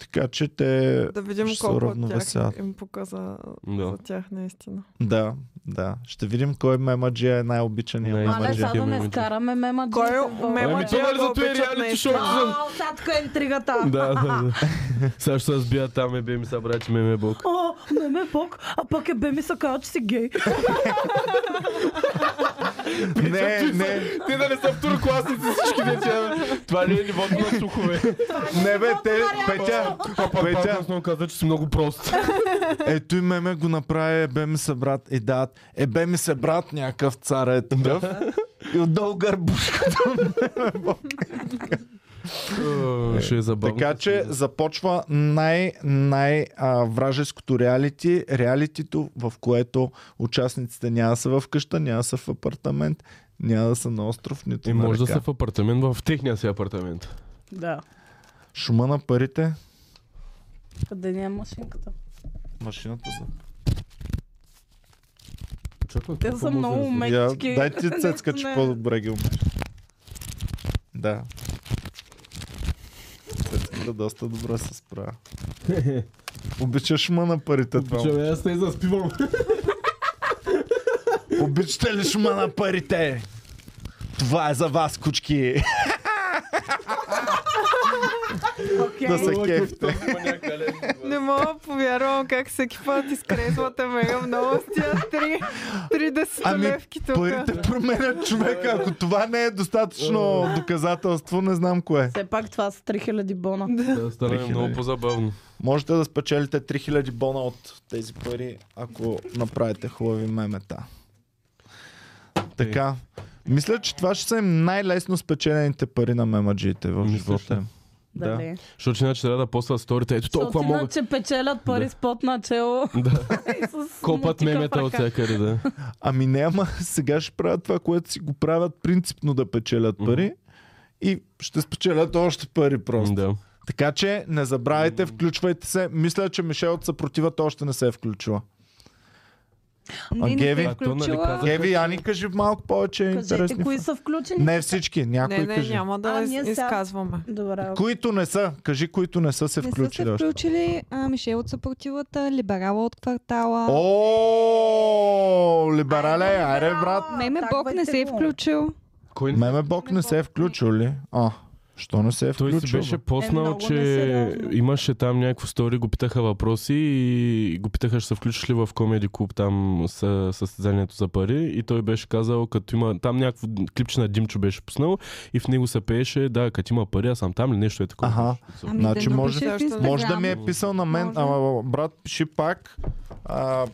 S1: Така че те...
S2: Да видим
S1: ще се
S2: колко от
S1: уравновесяват.
S2: тях им показа за
S3: Да.
S2: тях наистина.
S1: Да, да. Ще видим кой мемаджи е най-обичания
S3: Най-
S4: Мале,
S1: мемаджи.
S4: сега да не
S3: Мемаджи.
S4: вкараме мемаджи.
S2: Кой е
S3: Ами
S2: мемаджи
S3: то нали
S2: го
S3: за това е
S2: обичат
S3: реалити шоу?
S2: наистина?
S4: О, сега тук е интригата.
S3: <laughs> Да, да,
S4: <laughs>
S3: да. <laughs> Сега ще се сбият там, е бе ми събра, че ме ме бог.
S4: О, не ме бог, а пък е бе ми се казва, че си гей.
S1: Не, не,
S3: Те да не нали, са второкласници всички деца. Това не е нивото на <laughs> слухове.
S1: не бе, те, Петя, Петя,
S3: Петя, каза, че си много прост.
S1: Ето и Е, меме го направи, е бе ми се брат и да, е бе ми се брат някакъв цар
S3: <laughs>
S1: е такъв. и отдолу гърбушката.
S3: Ще е забавно.
S1: Така че започва най- най- а, вражеското реалити, реалитито, в което участниците няма да са в къща, няма да са в апартамент, няма да са на остров, нито
S3: И
S1: на
S3: може да
S1: река.
S3: са в апартамент, в техния си апартамент.
S4: Да.
S1: Шума на парите,
S4: Къде ни е машинката?
S1: машината са.
S3: Чакай,
S4: Те
S3: какво
S4: са
S3: може да
S4: много
S3: се-
S1: Я,
S4: мекички.
S1: дай ти цецка, че
S4: <laughs> Не.
S1: по-добре ги умеш. Да. Цецката доста добре се справя. Обичаш шума на парите,
S3: <laughs>
S1: това. момче.
S3: Обичаме, аз не заспивам.
S1: Обичате ли шума на парите? Това е за вас, кучки.
S4: Окей.
S1: да се кефте.
S2: Не мога да повярвам как всеки път изкрезвате мега много с тия три, три
S1: Ами,
S2: десетолевки тук.
S1: Парите променят човека. Ако това не е достатъчно доказателство, не знам кое.
S4: Все пак това са 3000 бона.
S3: Да стане много по-забавно.
S1: Можете да спечелите 3000 бона от тези пари, ако направите хубави мемета. Така. Мисля, че това ще са им най-лесно спечелените пари на мемаджиите в
S3: Мислиш
S1: живота
S3: ли?
S1: им. Да.
S4: Дали?
S3: Защото иначе трябва да постват сторите. Ето толкова
S4: Защото
S3: могат.
S4: иначе печелят пари
S3: Да.
S4: с пот на чело.
S3: Да.
S4: <laughs> и с
S3: Копат
S4: мотика в
S3: мемета от
S4: ръка.
S3: всякъде, да.
S1: Ами не, ама <laughs> сега ще правят това, което си го правят принципно да печелят
S3: Мгм.
S1: пари и ще спечелят още пари просто.
S3: да.
S1: Така че не забравяйте, включвайте се. Мисля, че Мишел от съпротивата още не се е включила.
S4: Не, не
S1: Геви?
S4: се
S3: А то, нали,
S4: включила.
S3: каза-
S1: Еви, Ани, кажи малко повече
S4: Кажете,
S1: интересни.
S4: кои
S1: факти.
S4: са включени?
S1: Не всички, някои
S2: Не, не,
S1: кажи.
S2: няма да
S4: А,
S2: из-
S4: ние сега-
S2: изказваме.
S4: Добре.
S1: Които не са, кажи, които не са се
S5: Не са се
S1: включили. още.
S5: включили а, Мишел от съпротивата, либерала от квартала.
S1: О, либерале, айде, брат.
S5: Меме Бог не се е включил.
S3: Кой
S1: Меме Бог не се е включил ли? А, що не се е
S3: Той си
S1: включил?
S3: беше
S1: бе?
S3: поснал,
S4: много
S3: че
S4: несериозно.
S3: имаше там някакво стори, го питаха въпроси и го питаха ще се включиш ли в Comedy Club там с състезанието за пари и той беше казал, като има там някакво клипче на Димчо беше пуснал и в него се пееше, да, като има пари, аз съм там ли нещо е такова.
S1: Аха.
S5: Ами
S1: Значи
S5: да
S1: може-
S5: напише в
S2: Може
S1: Може да
S5: Инстаграм.
S1: ми е писал на мен,
S5: Може.
S1: ама брат, пиши пак. А,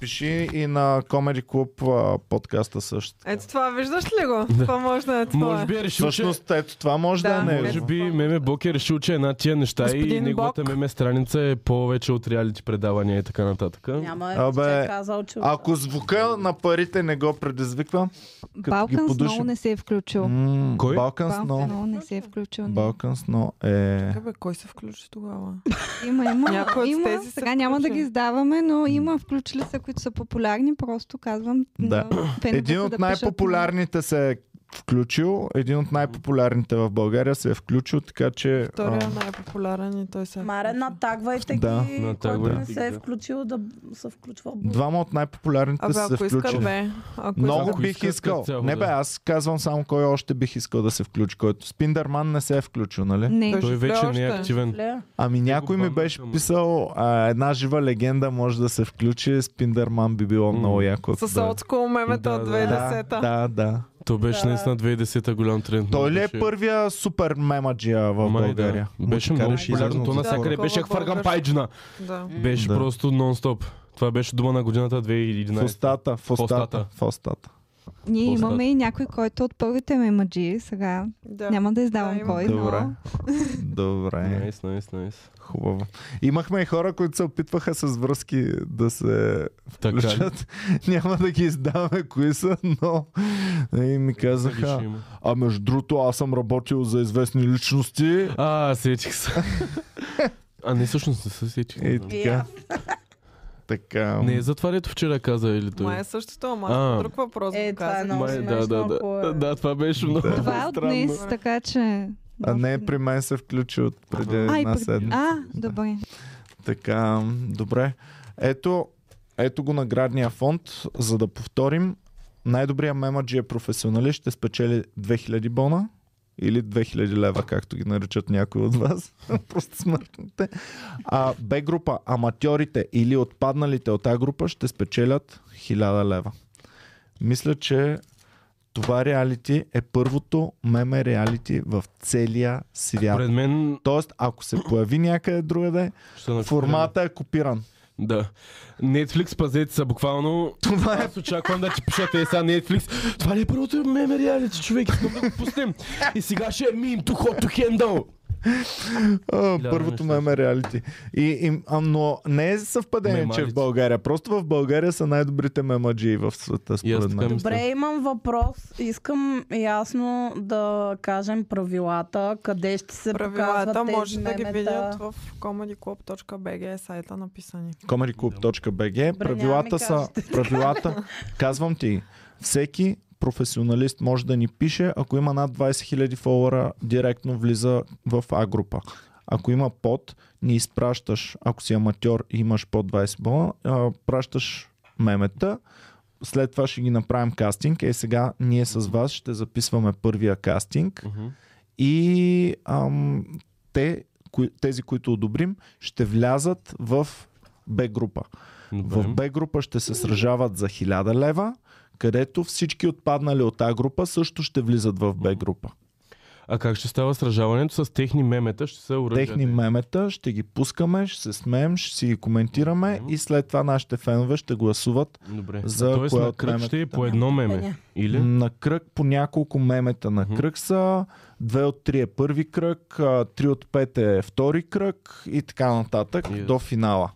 S1: пиши и на Comedy Club а, подкаста също.
S2: Ето това, виждаш ли го? Това може да е
S3: Може
S2: твое.
S3: би е решил, че...
S1: Всъщност, ето това може да,
S2: Да.
S1: е не
S3: Може би Меме Бог е решил, че една тия неща и
S2: Господин
S3: неговата
S2: Бог.
S3: меме страница е повече от реалити предавания и така нататък.
S4: Няма
S1: Абе,
S4: че е казал, че...
S1: Ако звука на парите не го предизвиква, ги
S5: Балкан
S1: подушим.
S5: Сноу не се е включил.
S1: м,
S3: Кой?
S1: Балкан
S5: Балкан
S1: Сноу.
S5: Сноу не се е включил. не.
S1: Балкан Сноу е...
S2: Чакай, бе, кой се включи тогава?
S5: Има, има.
S2: Някой от
S5: има.
S2: тези са
S5: Сега няма да
S2: включени.
S5: ги издаваме, но има включили са, които са популярни. Просто казвам
S1: Да.
S5: на феновете
S1: Един
S5: да
S1: от
S5: пишат
S1: най-популярните се е включил, един от най-популярните в България се е включил, така че...
S2: Втория
S1: а,
S2: най-популярен и той се е
S4: Маре,
S2: включил.
S4: натагвайте
S1: Да.
S4: ги, който
S3: Натагвайте
S4: не
S3: ги,
S4: се е
S3: да.
S4: включил да се включва.
S1: Двама от най-популярните
S2: Абе,
S1: са се
S2: ако иска,
S1: включили.
S2: бе. Ако
S1: Много
S2: иска-
S3: Ако
S1: бих
S3: искат,
S1: искал.
S3: цяло,
S1: Не
S3: да.
S1: бе, аз казвам само кой още бих искал да се включи, който Спиндерман не се е включил, нали?
S5: Не,
S2: Той
S3: Той вече не е
S2: още.
S3: активен.
S4: Ле,
S1: Ами някой ми
S3: баннаха,
S1: беше
S3: ма.
S1: писал, а, една жива легенда може да се включи, Спиндерман би било
S3: М.
S1: много яко. ако
S2: С
S1: дойде.
S2: олдскул мемета
S3: Да,
S2: от
S3: да.
S1: Да,
S2: 2010-та.
S1: да, да.
S3: То беше
S4: Да.
S3: наистина 2010 голям тренд.
S1: Той ли е
S3: Беше-
S1: първия супер мемаджия в
S3: Май да.
S1: България?
S3: Беше много
S1: Мутикареше
S3: популярно.
S1: излязъл
S3: То
S1: от затвора.
S3: навсякъде
S2: затвора.
S3: беше хвъргам
S2: Българ.
S3: пайджина.
S2: Да.
S3: Беше
S1: Да.
S3: просто нон-стоп. Това беше дума на годината 2011.
S1: В устата, в устата, в устата.
S5: ние
S3: Какво
S5: имаме и някой, който е от първите мемаджи. Сега
S2: Да.
S5: няма да
S2: Да,
S5: издавам
S2: имам.
S5: кой,
S1: Добре.
S5: но
S1: Добре,
S3: Найс, найс, найс.
S1: хубаво. Имахме и хора, които се опитваха с връзки да се
S3: Така. ли?
S1: включат. <laughs> Няма да ги издаваме кои са, но и ми
S3: Е, Ги ще
S1: казаха.
S3: има.
S1: А между другото, аз съм работил за известни личности.
S3: А,
S1: <laughs>
S3: сетих се. А не, всъщност не се сетих.
S1: И
S3: не знам.
S1: така. Така.
S3: Е, Не е за това, дето вчера каза или той.
S2: Май е същото, ама
S3: А.
S2: аз по друг въпрос
S4: Е,
S2: го
S4: това е
S2: казах.
S4: много
S3: Май, да,
S4: смешно,
S3: да,
S4: ако е.
S3: да. Да, това беше много.
S5: това е от
S3: странно.
S5: днес, така че...
S1: А не, е при мен се включи от преди
S3: Ага.
S5: Ай,
S1: една
S5: пред-
S1: седмица.
S5: А, добре.
S1: Така, м, добре. Ето, ето го наградния фонд, за да повторим. Най-добрият мемаджи е професионалист, ще спечели 2000 бона или 2000 лева, както ги наричат някои от вас. <laughs> Просто смъртните. А Б група, аматьорите или отпадналите от А група ще спечелят 1000 лева. Мисля, че това реалити е първото меме реалити в целия свят.
S3: Пред мен
S1: Тоест, ако се появи някъде другаде,
S3: ще накопираме.
S1: Формата е копиран.
S3: Да. Netflix, пазете са буквално. Това е. Аз очаквам да ти пишат е сега Netflix. Това ли е първото меме реалити, човек? Искам да го пуснем. И сега ще е мим to hot to handle.
S1: А,
S3: Хиляда
S1: първото
S3: неща.
S1: меме реалити. И, и, а, но не е съвпадение, че е в
S3: Мемалици.
S1: България. Просто в България са най-добрите мемаджии в света,
S3: И аз
S1: според
S3: така
S1: мен.
S3: мисля.
S4: Добре, имам въпрос. Искам ясно да кажем правилата, къде ще се показват
S2: Правилата
S4: тези
S2: може да ги
S4: мемета.
S2: видят в comedyclub.bg сайта написани.
S1: comedyclub.bg
S4: Добре,
S1: Правилата
S4: няма ми
S1: са... Правилата... Казвам ти, всеки професионалист може да ни пише, ако има над 20 000 фолуара, директно влиза в А-група. Ако има под, ни изпращаш, ако си аматьор и имаш под 20 бона, а, пращаш мемета, след това ще ги направим кастинг. Е, сега ние с вас ще записваме първия кастинг
S3: Мгм.
S1: и ам, те, кои, тези, които одобрим, ще влязат в Б група.
S3: Добре.
S1: В Б група ще се сражават за 1000 лева, където всички отпаднали от А група също ще влизат в Б група.
S3: А как ще става сражаването с техни мемета? Ще се оръжия.
S1: Техни мемета ще ги пускаме, ще се смеем, ще си ги коментираме и след това нашите фенове ще гласуват
S3: Добре.
S1: За
S3: Тоест
S1: кое
S3: на
S1: от
S3: кръг ще и
S1: меметата?
S3: по едно меме.
S4: Няма.
S3: Или?
S1: на кръг по няколко мемета на кръг са. Две от три е първи кръг, а, три от пет е втори кръг и така нататък
S3: Yes.
S1: до финала.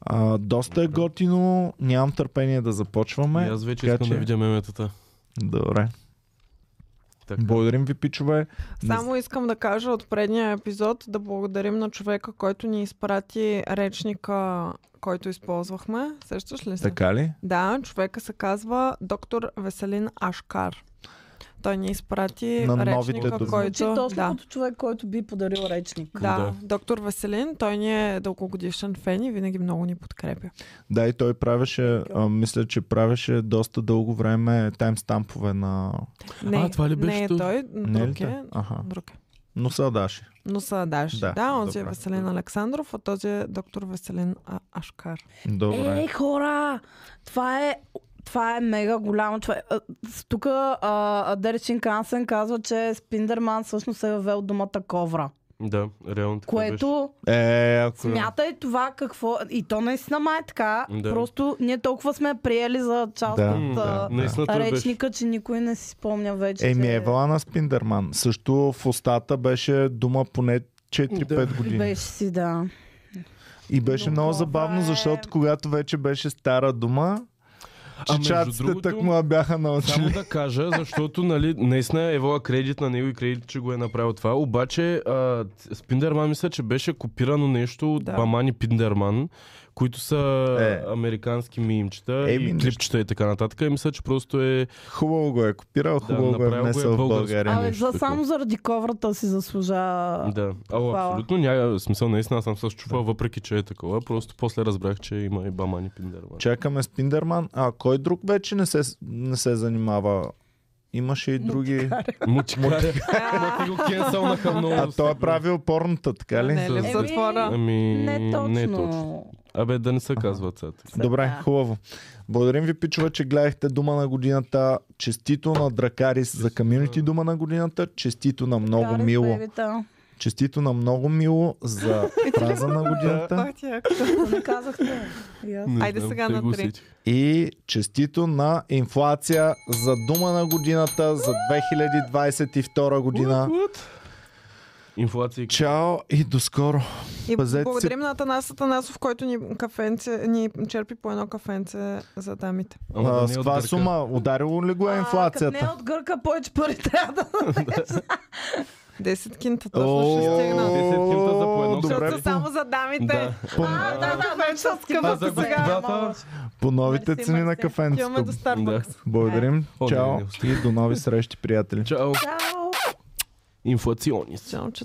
S1: А, доста е готино, нямам търпение да
S3: И
S1: започваме.
S3: аз вече
S1: така
S3: искам
S1: че-
S3: да видя меметата.
S1: Добре.
S3: Така.
S1: Благодарим ви, пичове.
S2: Само искам да кажа от предния епизод да благодарим на човека, който ни изпрати речника, който използвахме. Сещаш ли се?
S1: Така ли?
S2: Да, човека се казва доктор Веселин Ашкар. Той ни изпрати
S1: На новите
S2: речника,
S1: думи.
S4: Звучи
S2: който...
S4: точно
S2: да.
S4: като човек, който би подарил
S2: Да,
S4: речник.
S3: Да.
S2: доктор Веселин, той ни е дългогодишен фен и винаги много ни подкрепя.
S1: Да, и той правеше, а, мисля, че правеше доста дълго време таймстампове на...
S2: Не,
S3: А, това ли беше
S2: не е
S3: то?
S2: той,
S1: Не ли
S2: друг е.
S1: те? Аха.
S2: Друг е.
S1: Но са даши.
S2: Но са Адаш.
S1: Да,
S2: Да, да он си е
S1: добре.
S2: Веселин Александров, а този е доктор Веселин а, Ашкар.
S1: Добре.
S4: Ей, хора! Това е, това е мега голямо. Това е, а, с- тук а, а, Дерчин Кансен казва, че Спиндерман всъщност е въвел думата ковра.
S3: Да, реално така беше.
S4: Което
S1: Е, ако...
S4: смятай това какво... И то наистина май е така.
S3: Да.
S4: Просто ние толкова сме приели за част
S1: Да,
S4: от
S3: М,
S4: а,
S3: Наистина той беше.
S4: речника, че никой не си спомня вече.
S1: Еми, е
S4: че-
S1: Евала на Спиндерман. Също в устата беше дума поне 4-5 години.
S4: Беше си, да.
S1: И беше
S4: Но
S1: много
S4: това
S1: забавно,
S4: е-
S1: защото когато вече беше стара дума,
S3: А между
S1: чичаците
S3: другото-
S1: так му я бяха научили.
S3: Само да кажа, защото нали, наистина е вола кредит на него и кредит, че го е направил това. Обаче а, Спиндерман мисля, че беше копирано нещо от
S2: Да.
S3: Баман и Пиндерман, които са
S1: Е.
S3: американски мимчета
S1: Еми,
S3: и
S1: нещо.
S3: клипчета и така нататък. И мисля, че просто е...
S1: Хубаво го е копирал, хубаво го е
S3: направил го е
S1: внесъл в
S3: българско.
S1: България.
S4: Абе,
S3: нещо
S4: за,
S3: такова.
S4: само заради коврата си заслужава.
S3: Да. Ало,
S4: хвала.
S3: абсолютно няма смисъл. Наистина аз съм се чувал, въпреки че е такова. Просто после разбрах, че има и Баман и Пиндерман.
S1: Чакаме Спиндерман. А кой друг вече не се, не се занимава? Имаше и други.
S3: Мутикаря. Ама ти го кенселнаха много.
S1: А той е правил порната, така
S2: Не е
S1: ли?
S2: ли в
S3: Еми,
S2: затвора?
S3: Ами,
S4: Не точно.
S3: Не точно. Абе, да не се казват сега. такива.
S1: Добре,
S4: Да.
S1: хубаво. Благодарим ви, пичове, че гледахте Дума на годината. Честито на Дракарис за комьюнити Дума на годината. Честито на много
S4: Кари,
S1: мило.
S4: бебета.
S1: Честито на много мило за праза на годината.
S4: Ако Не казахте. И
S1: е
S4: аз.
S3: Не
S2: Айде
S3: знам,
S2: сега
S3: те
S2: на
S3: го
S2: три.
S3: усетих.
S1: И честито на инфлация за дума на годината за 2022 година.
S3: Инфлация и
S1: Чао и до скоро.
S2: И
S1: Пазете се.
S2: благодарим на Атанас Атанасов, който ни, кафенце, ни черпи по едно кафенце за дамите.
S3: Ама да не
S1: А,
S3: е
S1: С
S3: от
S1: това
S3: гърка.
S1: сума ударило ли го е
S4: А, като не
S1: инфлацията?
S4: е от гърка, повече пари трябва да...
S1: <laughs>
S2: 10 кинта точно
S1: О,
S2: ще стигнат.
S3: 10 кинта за по едно
S1: добре,
S2: Защото
S1: по-
S2: са само за дамите.
S3: Да.
S4: А, да, да, вече с
S3: А за
S4: къмата сега.
S3: господата?
S4: Мало.
S1: по новите
S2: Мерси,
S1: цени на
S2: мерси. Отиваме
S1: кафенцето.
S2: до Старбъкс.
S1: Благодарим.
S3: Е. О,
S1: Чао
S3: не, не, Deci,
S1: и до нови срещи, приятели.
S3: Чао.
S4: Чао!
S3: Инфлационист.
S2: Чао, че